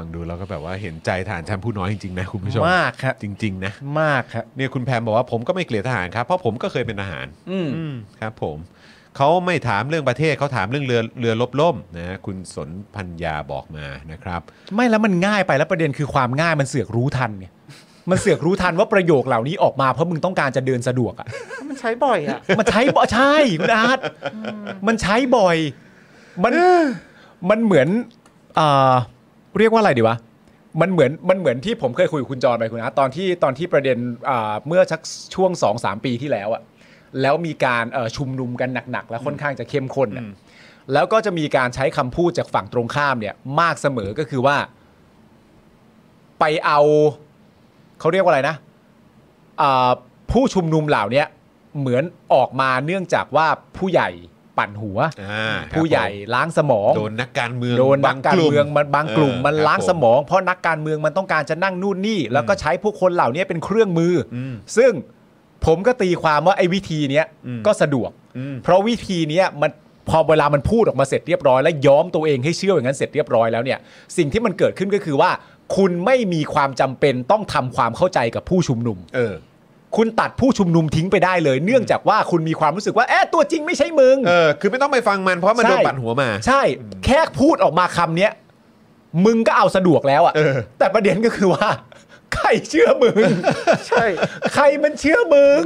Speaker 2: ฟังดูแล้วก็แบบว่าเห็นใจฐานชั้นผู้น้อยจริงๆนะคุณผู้ชม
Speaker 1: มากครับ
Speaker 2: จริง ๆ นะ
Speaker 1: มากครับ
Speaker 2: เนี่ยคุณแพมบอกว่าผมก็ไม่เกลียดทหารครับ เพราะผมก็เคยเป็นทหาร
Speaker 1: อืม
Speaker 2: อืมครับผมเขาไม่ถามเรื่องประเทศเขาถามเรื่องเรือเรือลบล่มนะคุณสนพัญญาบอกมานะครับ
Speaker 1: ไม่แล้วมันง่ายไปแล้วประเด็นคือความง่ายมันเสือกรู้ทัน ไงมันเสือกรู้ทันว่าประโยคเหล่านี้ออกมาเพราะมึงต้องการจะเดินสะดวกอ่ะ
Speaker 3: มันใช้บ่อยอ่ะ
Speaker 1: มันใช้ บ่ใช่คุณอาร์ตมันใช้บ่อย มันมันเหมือนเอ่อเรียกว่าอะไรดีวะมันเหมือนมันเหมือนที่ผมเคยคุยกับคุณจรไปคุณอาร์ตตอนที่ตอนที่ประเด็นอ่าเมื่อชักช่วง2อสามปีที่แล้วอะแล้วมีการเอ่อชุมนุมกันหนักๆ และค่อนข้างจะเข้มข้นอะแล้วก็จะมีการใช้คำพูดจากฝั่งตรงข้ามเนี่ยมากเสมอก็คือว่า ไปเอาเขาเรียกว่าอะไรนะอ่าผู้ชุมนุมเหล่าเนี้ยเหมือนออกมาเนื่องจากว่าผู้ใหญ่ปั่นหัว
Speaker 2: อ่าครับ
Speaker 1: ผู้ใหญ่ล้างสมอง
Speaker 2: โดนนักการเมือง
Speaker 1: โดนนักการเมืองมันบางกลุ่ม
Speaker 2: เออ
Speaker 1: มันล้าง
Speaker 2: ครับผ
Speaker 1: สมอง เพราะนักการเมืองมันต้องการจะนั่งนู่นนี่ แล้วก็ใช้พวกคนเหล่านี้เป็นเครื่องมืออ
Speaker 2: ม
Speaker 1: ซึ่งผมก็ตีความว่าไอ้วิธีเนี้ย
Speaker 2: อืม
Speaker 1: ก็สะดวก
Speaker 2: อืม
Speaker 1: เพราะวิธีเนี้ยมันพอเวลามันพูดออกมาเสร็จเรียบร้อย และย้อมตัวเองให้เชื่ออย่างนั้นเสร็จเรียบร้อยแล้วเนี่ย สิ่งที่มันเกิดขึ้นก็คือว่า คุณไม่มีความจำเป็นต้องทำความเข้าใจกับผู้ชุมนุม
Speaker 2: เออ
Speaker 1: คุณตัดผู้ชุมนุมทิ้งไปได้เลย เนื่องจากว่าคุณมีความรู้สึกว่าเอ๊ะตัวจริงไม่ใช่มึง
Speaker 2: เออ คือไม่ต้องไปฟังมันเพราะมัน
Speaker 1: ใช่
Speaker 2: โดนปั่นหัวมา
Speaker 1: ใช่แค่พูดออกมาคำเนี้ยมึงก็เอาสะดวกแล้วอะ
Speaker 2: เออ
Speaker 1: แต่ประเด็นก็คือว่า ใครเชื่อมึง
Speaker 3: ใช่
Speaker 1: ใครมันเชื่อมึง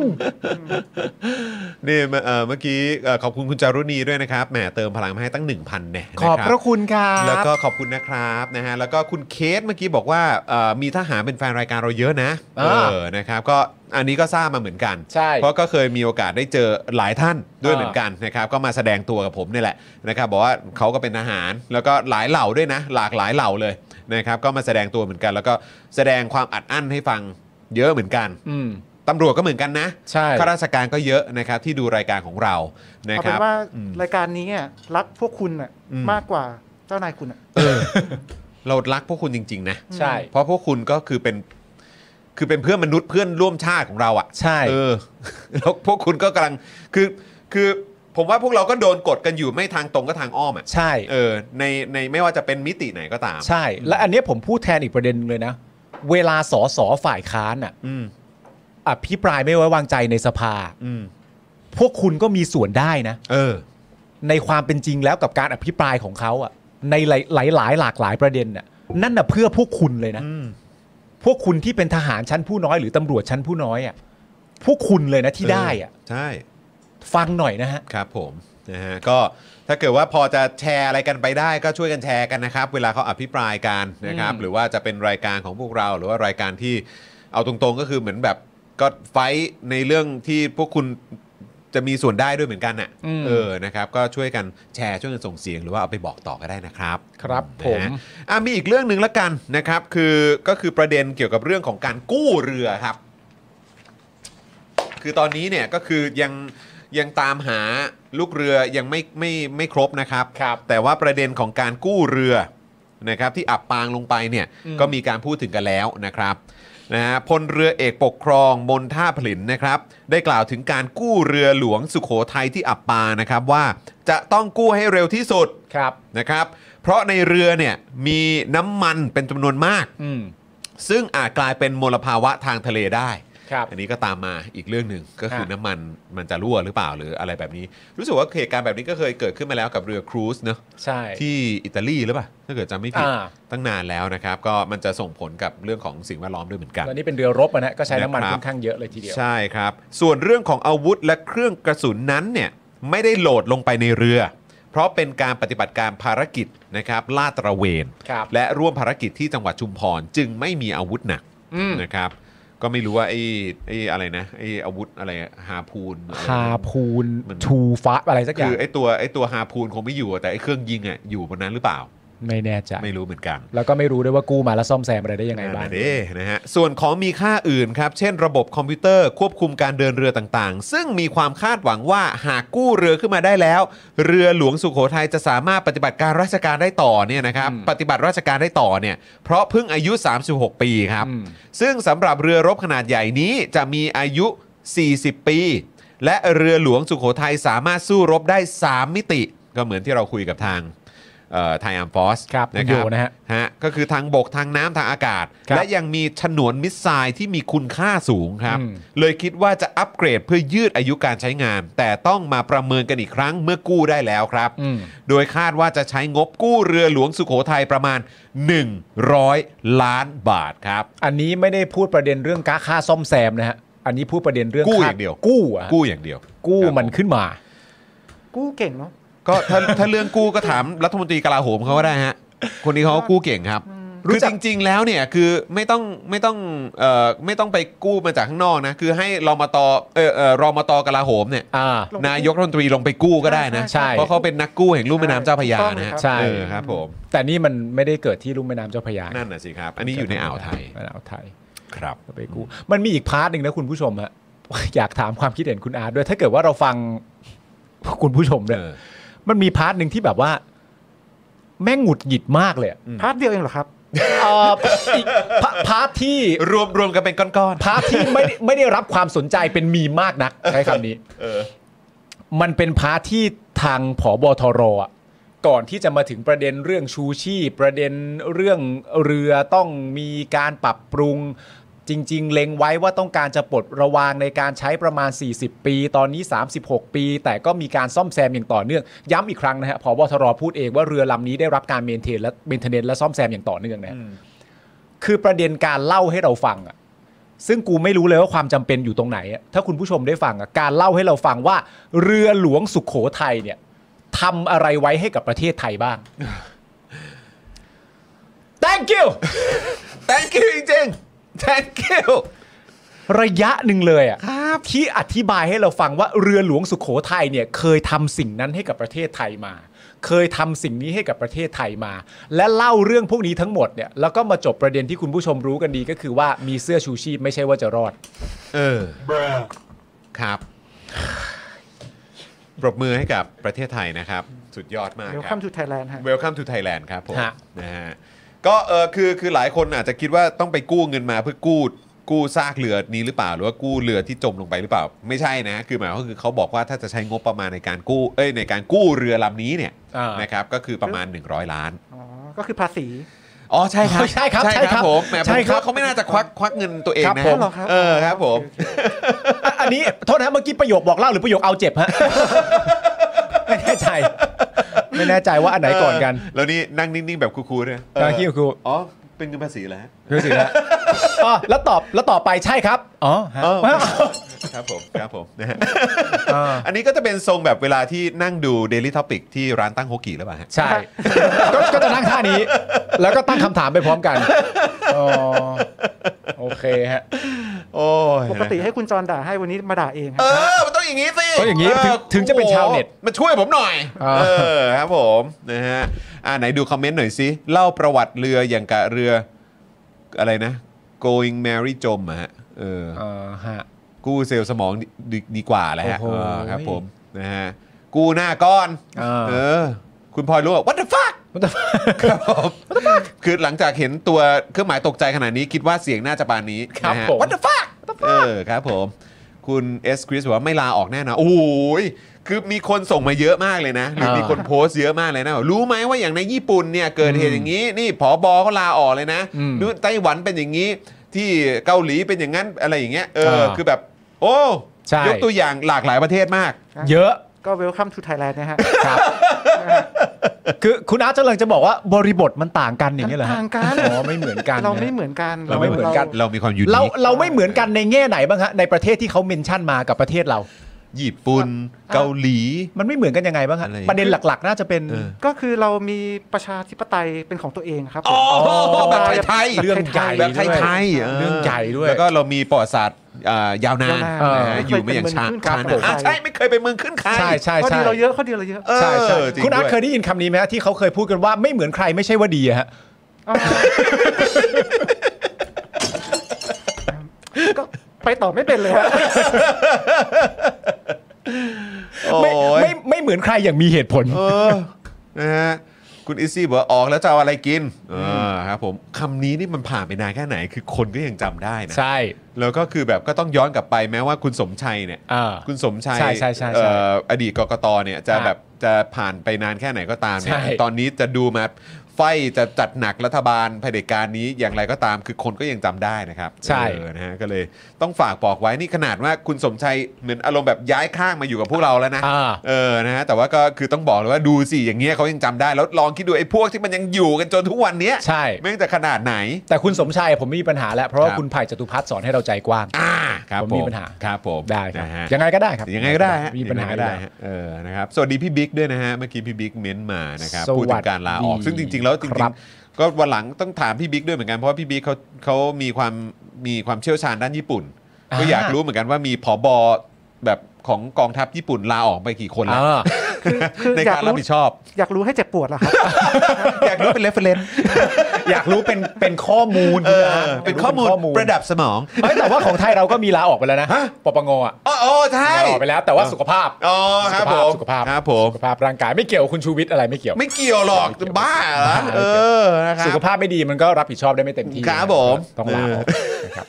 Speaker 2: นี่เมื่อเอ่อเมื่อกี้เอ่อขอบคุณคุณจารุณีด้วยนะครับ แหมเติมพลังมาให้ตั้ง 1,000เนี่ยน
Speaker 1: ขอบพระคุณครั
Speaker 2: ครับ แล้ว
Speaker 1: บ
Speaker 2: ก็ขอบคุณนะครับนะฮะ แล้วก็คุณเคสเมื่อกี้บอกว่าเอ่อมีทหารเป็นแฟนรายการเราเยอะนะ
Speaker 1: อ่า
Speaker 2: เออ นะครับ ก็อันนี้ก็ทราบมาเหมือนกัน
Speaker 1: ใช่
Speaker 2: เพราะก็เคยมีโอกาสได้เจอหลายท่านด้วยเหมือนกันนะครับ ก็มาแสดงตัวกับผมนี่แหละนะครับบอกว่าเขาก็เป็นทหารแล้วก็หลายเหล่าด้วยนะ หลากหลายเหล่าเลยนะครับก็มาแสดงตัวเหมือนกัน แล้วก็แสดงความอัดอั้นให้ฟังเยอะเหมือนกัน
Speaker 1: อืม
Speaker 2: ตำรวจก็เหมือนกันนะ
Speaker 1: ใช่
Speaker 2: ข้าราชการก็เยอะนะครับที่ดูรายการของเรานะ
Speaker 3: เอา
Speaker 2: ค
Speaker 3: เป็
Speaker 2: รับ
Speaker 3: นว่ารายการนี้อะรักพวกคุณอ่ะ
Speaker 2: อืม
Speaker 3: มากกว่าเจ้านายคุณอ่ะ
Speaker 2: เรารักพวกคุณจริง ๆ นะ
Speaker 1: ใช่
Speaker 2: เพราะพวกคุณก็คือเป็นคือเป็นเพื่อนมนุษย์เพื่อนร่วมชาติของเราอะ
Speaker 1: ใช่
Speaker 2: เออ แล้วพวกคุณก็กำลังคือคือผมว่าพวกเราก็โดนกดกันอยู่ไม่ทางตรงก็ทางอ้อมอะ
Speaker 1: ใช่
Speaker 2: เออในในไม่ว่าจะเป็นมิติไหนก็ตาม
Speaker 1: ใช่ และอันเนี้ยผมพูดแทนอีกประเด็นหนึ่งเลยนะ เวลาสอสอฝ่ายค้านอ่ะ
Speaker 2: อืม
Speaker 1: อภิปรายไม่ไว้วางใจในสภา
Speaker 2: อืม
Speaker 1: พวกคุณก็มีส่วนได้นะ
Speaker 2: เออ
Speaker 1: ในความเป็นจริงแล้วกับการอภิปรายของเขาอ่ะ ในหลายหลายหลายหลากหลายประเด็นน่ะนั่นน่ะเพื่อพวกคุณเลยนะ
Speaker 2: อืม
Speaker 1: พวกคุณที่เป็นทหารชั้นผู้น้อยหรือตำรวจชั้นผู้น้อยอ่ะพวกคุณเลยนะที่ได้อ่ะ
Speaker 2: ใช่
Speaker 1: ฟังหน่อยนะฮะ
Speaker 2: ครับผมนะฮะก็ถ้าเกิดว่าพอจะแชร์อะไรกันไปได้ก็ช่วยกันแชร์กันนะครับ เวลาเขาอภิปรายกันนะครับ
Speaker 1: อืม
Speaker 2: หรือว่าจะเป็นรายการของพวกเรา หรือว่ารายการที่เอาตรงๆก็คือเหมือนแบบก็ไฟท์ในเรื่องที่พวกคุณจะมีส่วนได้ด้วยเหมือนกันน่ะ
Speaker 1: อืม
Speaker 2: เออนะครับก็ช่วยกันแชร์ช่วยกันส่งเสียง หรือว่าเอาไปบอกต่อก็ได้นะครับ
Speaker 1: ครับผม
Speaker 2: นะฮะอ่ะมีอีกเรื่องหนึ่งละกันนะครับ คือก็คือประเด็นเกี่ยวกับเรื่องของการกู้เรือครับ คือตอนนี้เนี่ยก็คือยังยังตามหาลูกเรือยังไม่ไม่ไม่ครบนะครับ แต่ว่าประเด็นของการกู้เรือนะครับที่อับปางลงไปเนี่ย
Speaker 1: อืม
Speaker 2: ก็มีการพูดถึงกันแล้วนะครับนะฮะพลเรือเอกปกครองมนท่าผลินนะครับ ได้กล่าวถึงการกู้เรือหลวงสุโขทัยที่อับปางนะครับว่าจะต้องกู้ให้เร็วที่สุด
Speaker 1: ครับ
Speaker 2: นะครับ เพราะในเรือเนี่ยมีน้ำมันเป็นจำนวนมาก
Speaker 1: อืม
Speaker 2: ซึ่งอาจกลายเป็นมลภาวะทางทะเลได้
Speaker 1: ครับ
Speaker 2: อันนี้ก็ตามมาอีกเรื่องหนึ่งก็คือ
Speaker 1: ฮะ
Speaker 2: น้ำมันมันจะรั่วหรือเปล่าหรืออะไรแบบนี้ รู้สึกว่าเหตุการณ์แบบนี้ก็เคยเกิดขึ้นมาแล้วกับเรือครูซเนอะ
Speaker 1: ใช่
Speaker 2: ที่อิตาลีหรือเปล่าถ้าเกิดจำไม่ผิด
Speaker 1: อ่า
Speaker 2: ตั้งนานแล้วนะครับ ก็มันจะส่งผลกับเรื่องของสิ่งแวดล้อมด้วยเหมือนกัน
Speaker 1: แล้วนี่เป็นเรือรบอะนะก็ใช้น้ำมัน
Speaker 2: นะครับ
Speaker 1: ค่อนข้างเยอะเลยทีเดียว
Speaker 2: ใช่ครับ ส่วนเรื่องของอาวุธและเครื่องกระสุนนั้นเนี่ยไม่ได้โหลดลงไปในเรือ เพราะเป็นการปฏิบัติการภารกิจนะครับลาดตระเวน
Speaker 1: ครับ
Speaker 2: และร่วมภารกิจที่จังหวัดชุมพรจึงไม่มีอาวุธหนัก
Speaker 1: อืม
Speaker 2: นะครับก็ไม่รู้ว่าไอ้ไอ้อะไรนะไอ้อาวุธอะไรฮาพูนอะไร
Speaker 1: ฮาพูน
Speaker 2: มัน
Speaker 1: ทูฟ้าอะไรสักอ
Speaker 2: คื
Speaker 1: ย่าง
Speaker 2: อไอ้ตัวไอ้ตัวฮาพูนคงไม่อยู่อะแต่ไอ้เครื่องยิงอ่ะอยู่บนนั้นหรือเปล่า
Speaker 1: ไม่แน่ใจ
Speaker 2: ไม่รู้เหมือนกัน
Speaker 1: แล้วก็ไม่รู้ด้วยว่ากู้มาแล้วซ่อมแซมอะไรได้ยังไงบ้าง
Speaker 2: นั่นเด้นะฮะส่วนของมีค่าอื่นครับ เช่นระบบคอมพิวเตอร์ควบคุมการเดินเรือต่างๆ ซึ่งมีความคาดหวังว่าหากกู้เรือขึ้นมาได้แล้ว เรือหลวงสุโขทัยจะสามารถปฏิบัติการราชการได้ต่อเนี่ยนะครับ
Speaker 1: อืม
Speaker 2: ปฏิบัติราชการได้ต่อเนี่ยเพราะเพิ่งอายุ 36 ปีครับ
Speaker 1: อืม
Speaker 2: ซึ่งสำหรับเรือรบขนาดใหญ่นี้จะมีอายุ 40 ปี และเรือหลวงสุโขทัยสามารถสู้รบได้ 3 มิติ ก็เหมือนที่เราคุยกับทางไทยอาร์มฟอส
Speaker 1: ครับ
Speaker 2: นะค
Speaker 1: คุณ
Speaker 2: รั
Speaker 1: โยนะฮะ
Speaker 2: ฮะก็คือทางบกทางน้ำทางอากาศ
Speaker 1: ครับ
Speaker 2: และยังมีฉนวนมิสไซล์ที่มีคุณค่าสูงครับ
Speaker 1: อืม
Speaker 2: เลยคิดว่าจะอัปเกรดเพื่อยืดอายุการใช้งาน แต่ต้องมาประเมินกันอีกครั้งเมื่อกู้ได้แล้วครับ
Speaker 1: อืม
Speaker 2: โดยคาดว่าจะใช้งบกู้เรือหลวงสุโขทัยประมาณ 100 ล้านบาทครับ
Speaker 1: อันนี้ไม่ได้พูดประเด็นเรื่องค่าซ่อมแซมนะฮะ อันนี้พูดประเด็นเรื่อง
Speaker 2: กู้
Speaker 1: ค่
Speaker 2: อย่างเดียว
Speaker 1: กู้อะฮะ
Speaker 2: กู้อย่างเดียว
Speaker 1: กู้
Speaker 2: ครับ
Speaker 1: มันขึ้นมา
Speaker 3: กู้เก่งเนาะ
Speaker 2: ก็ ถ้า ถ้าเรื่องกู้ก็ถามรัฐมนตรีกลาโหมเขาก็ได้ฮะ คนนี้เขาก็กู้เก่งครับ
Speaker 1: รู้
Speaker 2: คือ
Speaker 1: จั
Speaker 2: จ
Speaker 1: ก
Speaker 2: ริง ๆ แล้วเนี่ยคือไม่ต้องไม่ต้องเอ่อไม่ต้องไปกู้มาจากข้างนอกนะ คือให้รมตเออเออรมตกลาโหมเนี่ย
Speaker 1: อ่า
Speaker 2: นายกรัฐมนตรีลงไปกู้ก็ได้นะ
Speaker 1: ใช่
Speaker 2: เพราะเขาเป็นนักกู้แห่งลุ่มแม่น้ำเจ้าพระยานะฮะ
Speaker 1: ใช่
Speaker 2: เออครับผม
Speaker 1: แต่นี่มันไม่ได้เกิดที่ลุ่มแม่น้ำเจ้าพระยา
Speaker 2: นั่นน่ะสิครับ อันนี้อยู่ในอ่าวไทย
Speaker 1: ในอ่าวไทย
Speaker 2: ครับ
Speaker 1: ก็ไปกู้มันมีอีกพาร์ทหนึ่งนะคุณผู้ชมฮะ อยากถามความคิดเห็นคุณอาร์ตด้วย ถ้าเกิดว่าเราฟัง คุณผู้ชมเนี่ย
Speaker 2: เออ
Speaker 1: มันมีพาร์ทหนึ่งที่แบบว่า แม่งหงุดหงิดมากเลยอะ
Speaker 3: พาร์ทเดียวเองเหรอครับ
Speaker 1: เอ่ออีกพาพาร์ทที่
Speaker 2: รวมรวมกันเป็นก้อน
Speaker 1: พาร์ทที่ไม่ได้ไม่ได้รับความสนใจเป็นมีมมากนักใช้คำนี้มันเป็นพาร์ทที่ทางผอบทรอ่ะก่อนที่จะมาถึงประเด็นเรื่องชูชีพ ประเด็นเรื่องเรือต้องมีการปรับปรุง จริง ๆ เล็งไว้ว่าต้องการจะปลดระวางในการใช้ประมาณ 40 ปี ตอนนี้ 36 ปี แต่ก็มีการซ่อมแซมอย่างต่อเนื่อง ย้ำอีกครั้งนะฮะผอบทรพูดเองว่าเรือลำนี้ได้รับการเมนเทนและเมนเทนและซ่อมแซมอย่างต่อเนื่องนะฮะคือประเด็นการเล่าให้เราฟังอ่ะ ซึ่งกูไม่รู้เลยว่าความจำเป็นอยู่ตรงไหนอะถ้าคุณผู้ชมได้ฟังอะการเล่าให้เราฟังว่า เรือหลวงสุขโขทัยเนี่ยทำอะไรไว้ให้กับประเทศไทยบ้าง thank you
Speaker 2: thank you จริงๆ thank you
Speaker 1: ระยะหนึ่งเลยอะที่อธิบายให้เราฟังว่าเรือหลวงสุขโขทัยเนี่ยเคยทำสิ่งนั้นให้กับประเทศไทยมา เคยทำสิ่งนี้ให้กับประเทศไทยมา และเล่าเรื่องพวกนี้ทั้งหมดเนี่ยแล้วก็มาจบประเด็นที่คุณผู้ชมรู้กันดีก็คือว่ามีเสื้อชูชีพไม่ใช่ว่าจะรอด
Speaker 2: เออครับปรบมือให้กับประเทศไทยนะครับ สุดยอดมาก
Speaker 3: เดี๋ยว
Speaker 2: ค
Speaker 3: คั
Speaker 2: รั
Speaker 3: ม
Speaker 2: บ
Speaker 3: ทูไทยแลนด์ฮะ
Speaker 2: Welcome to Thailand ครับผม
Speaker 1: ฮะ
Speaker 2: นะฮะ ก็เออคือคือหลายคนอาจจะคิดว่าต้องไปกู้เงินมาเพื่อกู้กู้ซากเรือนี้หรือเปล่า หรือว่ากู้เรือที่จมลงไปหรือเปล่า ไม่ใช่นะ คือหมายความว่าคือเขาบอกว่าถ้าจะใช้งบประมาณในการกู้เอ้ยในการกู้เรือลำนี้เนี่ย
Speaker 1: อ่าน
Speaker 2: นะครับก็คือประมาณ 100 ล้าน
Speaker 3: อ๋อก็คือภาษี
Speaker 2: อ๋อใช่ครับ
Speaker 1: ใช่ครับ
Speaker 2: ใช่
Speaker 1: ใช่
Speaker 2: ค
Speaker 1: ครั
Speaker 2: รับบ ผมแหมผม
Speaker 1: ใช่ค
Speaker 2: คิด
Speaker 1: รับ
Speaker 2: ว่าเขาไม่น่าจะควักควักเงินตัวเอง
Speaker 1: ครับ
Speaker 2: นะ
Speaker 1: ผม
Speaker 2: เออครับผม
Speaker 1: อ่ะอันนี้โทษนะเมื่อกี้ประโยคบอกเล่าหรือประโยคเอาเจ็บฮะ ไม่แน่ใจ ไม่แน่ใจว่าอันไหนก่อนกัน
Speaker 2: เอแล้วนี่นั่งนิ่งๆ แบบคูลๆเนี่ย
Speaker 1: ตาคิวครู
Speaker 2: อ๋อ เป็นเงินภาษีแล้ว
Speaker 1: รู้สึกแล้วอ๋อแล้วตอบแล้วตอบไปใช่ครับอ๋อฮะ
Speaker 2: ครับผม ครับผมนะฮะ
Speaker 1: อ่า
Speaker 2: อันนี้ก็จะเป็นทรงแบบเวลาที่นั่งดู Daily Topic ที่ร้านตั้งโฮกี้แล้วป่ะฮะ
Speaker 1: ใช่ ก็ก็จะนั่งท่านี้ แล้วก็ตั้งคำถามไปพร้อมกันอ๋อโอเคฮะ
Speaker 2: โอ้ย
Speaker 3: ปกติให้คุณจรด่าให้วันนี้มาด่าเองค
Speaker 2: เอ
Speaker 3: รั
Speaker 2: อ
Speaker 3: บ
Speaker 2: มันต้องอย่างนี้สิ
Speaker 1: ต้องอย่างนี้
Speaker 2: เ
Speaker 1: ถึงถึงจะเป็นชาวเน็ต
Speaker 2: โอ้โหมาช่วยผมหน่อย
Speaker 1: อ่า
Speaker 2: เออ ครับผม นะฮะ อ่าไหนดูคอมเมนต์หน่อยสิ เล่าประวัติเรืออย่างกะเรืออะไรนะ going Mary จมอะฮะ เออ
Speaker 1: อ่าฮะ
Speaker 2: กู้เซลล์สมองดีดีดีกว่าแหละฮะ
Speaker 1: โอ้โห
Speaker 2: เออครับผมนะฮะกู้หน้าก้อน
Speaker 1: เออ
Speaker 2: เออ คุณพลอยรู้ว่า what the fuck ครับผม what the fuck คือหลังจากเห็นตัวเครื่องหมายตกใจขนาดนี้คิดว่าเสียงน่าจะปานนี้
Speaker 1: ครับ
Speaker 2: นะฮะ
Speaker 1: ผม
Speaker 2: what the fuck เออครับผม คุณเอสคริสบอกว่าไม่ลาออกแน่นอนโอ้ยคือมีคนส่งมาเยอะมากเลยนะหรือมีคนโพสต์เยอะมากเลยนะบอกรู้ไหมว่าอย่างในญี่ปุ่นเนี่ยเกิดเหตุอย่างนี้ นี่ผอบอเขาลาออกเลยนะ
Speaker 1: อืม
Speaker 2: ดูไต้หวันเป็นอย่างนี้ ที่เกาหลีเป็นอย่างนั้นอะไรอย่างเงี้ยเออ
Speaker 1: อ่า
Speaker 2: คือแบบ โอ้
Speaker 1: ใช่
Speaker 2: ยกตัวอย่างหลากหลายประเทศมาก
Speaker 1: เยอะ
Speaker 3: ก็เวลคัมทูไทยแลนด์นะฮะ
Speaker 1: ครับคือคุณอาร์ตกำลังจะบอกว่าบริบทมันต่างกันอย่างนี้ยเหรอฮะ
Speaker 3: ต่างกัน
Speaker 1: อ๋อไม่เหมือนกัน
Speaker 3: เรา
Speaker 1: นะ
Speaker 3: ไม่เหมือนกัน
Speaker 1: เราไม่เหมือนกัน
Speaker 2: เรามีความยูนิ
Speaker 1: เรา
Speaker 2: ค
Speaker 1: เราไม่เหมือนกันในแง่ไหนบ้างฮะในประเทศที่เขาเมนชั่นมากับประเทศเรา
Speaker 2: ญี่ปุ่น เกาหลี
Speaker 1: มันไม่เหมือนกันยังไงบ้างฮะ
Speaker 2: อะไร
Speaker 1: ประเด็นหลักๆ น่าจะเป็น
Speaker 2: เออ
Speaker 3: ก็คือเรามีประชาธิปไตยเป็นของตัวเองครับผม
Speaker 2: อ๋อแบบไทย
Speaker 1: เรื่องใหญ่
Speaker 2: ๆแบบไทยๆเออ
Speaker 1: เรื่องใหญ่ด้วย
Speaker 2: แล้วก็เรามีประวัติศาสตร์อ่ายาวนาน
Speaker 3: ยาวนาน
Speaker 2: นะฮะ
Speaker 3: เอออ
Speaker 2: อยู่มาอย่างช้า
Speaker 3: เคยเป็น
Speaker 2: ช้านาน
Speaker 3: เมืองขึ้นเขา
Speaker 2: อ่ะใช่ไม่เคยไปเมืองขึ้นใคร
Speaker 1: ใช่ใช่
Speaker 3: ข้อ
Speaker 1: ใช่
Speaker 3: ดีเราเยอะข้อดีเราเยอะ
Speaker 1: ใช่ใช่
Speaker 2: เออจริง
Speaker 1: คุณอาร์ต
Speaker 2: ด้วย
Speaker 1: เคยได้ยินคำนี้ไหมฮะที่เขาเคยพูดกันว่าไม่เหมือนใครไม่ใช่ว่าดีอะฮะ
Speaker 3: อ่าก็ไปต่อไม่เป็นเลยฮะ
Speaker 2: โอ้
Speaker 1: ไม่
Speaker 2: ย
Speaker 1: ไม่ไม่เหมือนใครอย่างมีเหตุผล
Speaker 2: เออนะฮะคุณอิซี่บอกว่าออกแล้วจะเอาอะไรกินเออครับผมคำนี้นี่มันผ่านไปนานแค่ไหน คือคนก็ยังจำได้นะ
Speaker 1: ใช่
Speaker 2: แล้วก็คือแบบก็ต้องย้อนกลับไปแม้ว่าคุณสมชัยเนี่ย
Speaker 1: อ่า
Speaker 2: คุณสมชัย
Speaker 1: ใช่ใช่ใช่ใช่
Speaker 2: เอ่ออดีตกกตเนี่ยจะ
Speaker 1: อ่า
Speaker 2: แบบจะผ่านไปนานแค่ไหนก็ตามเนี่ย
Speaker 1: ใช่
Speaker 2: ตอนนี้จะดูมาไฟจะจัดหนักรัฐบาลเผด็จการนี้อย่างไรก็ตามคือคนก็ยังจำได้นะครับ
Speaker 1: ใช่
Speaker 2: เออนะฮะก็เลยต้องฝากบอกไว้นี่ขนาดว่าคุณสมชัยเหมือนอารมณ์แบบย้ายข้างมาอยู่กับพวกเราแล้วนะ
Speaker 1: อ่า
Speaker 2: เออ นะฮะ แต่ว่าก็คือต้องบอกเลยว่าดูสิอย่างเงี้ยเขายังจำได้ แล้วลองคิดดูไอ้พวกที่มันยังอยู่กันจนทุกวันเนี้ย
Speaker 1: ใช่
Speaker 2: แม่งจะขนาดไหน
Speaker 1: แต่คุณสมชายผมไม่มีปัญหาแล้วเพราะว่า
Speaker 2: ครับ
Speaker 1: คุณไผ่จตุพัฒน์สอนให้เราใจกว้าง
Speaker 2: อ่าครับ
Speaker 1: ผมมีปัญหา
Speaker 2: ครับผม
Speaker 1: ได้ครับ
Speaker 2: นะฮะ
Speaker 1: ยังไงก็ได้ครับ
Speaker 2: ยังไงก็ได้ฮะ
Speaker 1: มีปัญหา
Speaker 2: ยังงก็
Speaker 1: ได้
Speaker 2: ได้ฮะเออนะครับสวัสดีพี่บิ๊กด้วยนะฮะเมื่อกี้พี่บิ๊กเม้นมานะครับ
Speaker 1: สวัสดี
Speaker 2: พูดถึงการลาออก ซึ่งจริง ๆ แล้วจริ
Speaker 1: ครั
Speaker 2: ง
Speaker 1: บ
Speaker 2: ๆก็วันหลังต้องถามพี่บิ๊กด้วยเหมือนกันเพราะว่าพี่บิ๊กเขาเขามีความมีความเชี่ยวชาญด้านญี่ปุ่น
Speaker 1: อ่า
Speaker 2: ก็อยากรู้เหมือนกันว่ามีผอบอแบบของกองทัพญี่ปุ่นลาออกไปกี่คน
Speaker 1: เอ
Speaker 2: แล้ว
Speaker 1: อ
Speaker 3: คือคือ
Speaker 2: ใน
Speaker 3: อยาก
Speaker 2: การรับ
Speaker 3: รู้
Speaker 2: ผิดชอบ
Speaker 3: อยากรู้ให้เจ็บปวดเหรอครับ
Speaker 2: อยากรู้เป็นเรฟเฟนซ์
Speaker 1: อยากรู้เป็นเป็นข้อมูลนะฮะ
Speaker 2: เป็นข้อมูลประดับสมอง
Speaker 1: เอ้ยแต่ว่าของไทยเราก็มีลาออกไปแล้วนะ
Speaker 2: ฮะ
Speaker 1: ปปงอ่ะ
Speaker 2: อ๋ออ๋อใช่
Speaker 1: ลาออกไปแล้วแต่ว่าสุขภาพ
Speaker 2: อ๋อครับผม
Speaker 1: สุขภาพ
Speaker 2: ครับผม
Speaker 1: สุขภาพร่างกายไม่เกี่ยวกับคุณชูวิทย์อะไรไม่เกี่ยว
Speaker 2: ไม่เกี่ยวหรอก
Speaker 1: ไม่เกี่ยว
Speaker 2: บ้าเหรอ
Speaker 1: ไม่เกี่ยว
Speaker 2: เออนะครับ
Speaker 1: สุขภาพไม่ดีมันก็รับผิดชอบได้ไม่เต็มที่
Speaker 2: ครับผม
Speaker 1: ต้องลาออก
Speaker 2: เออ
Speaker 1: นะครับ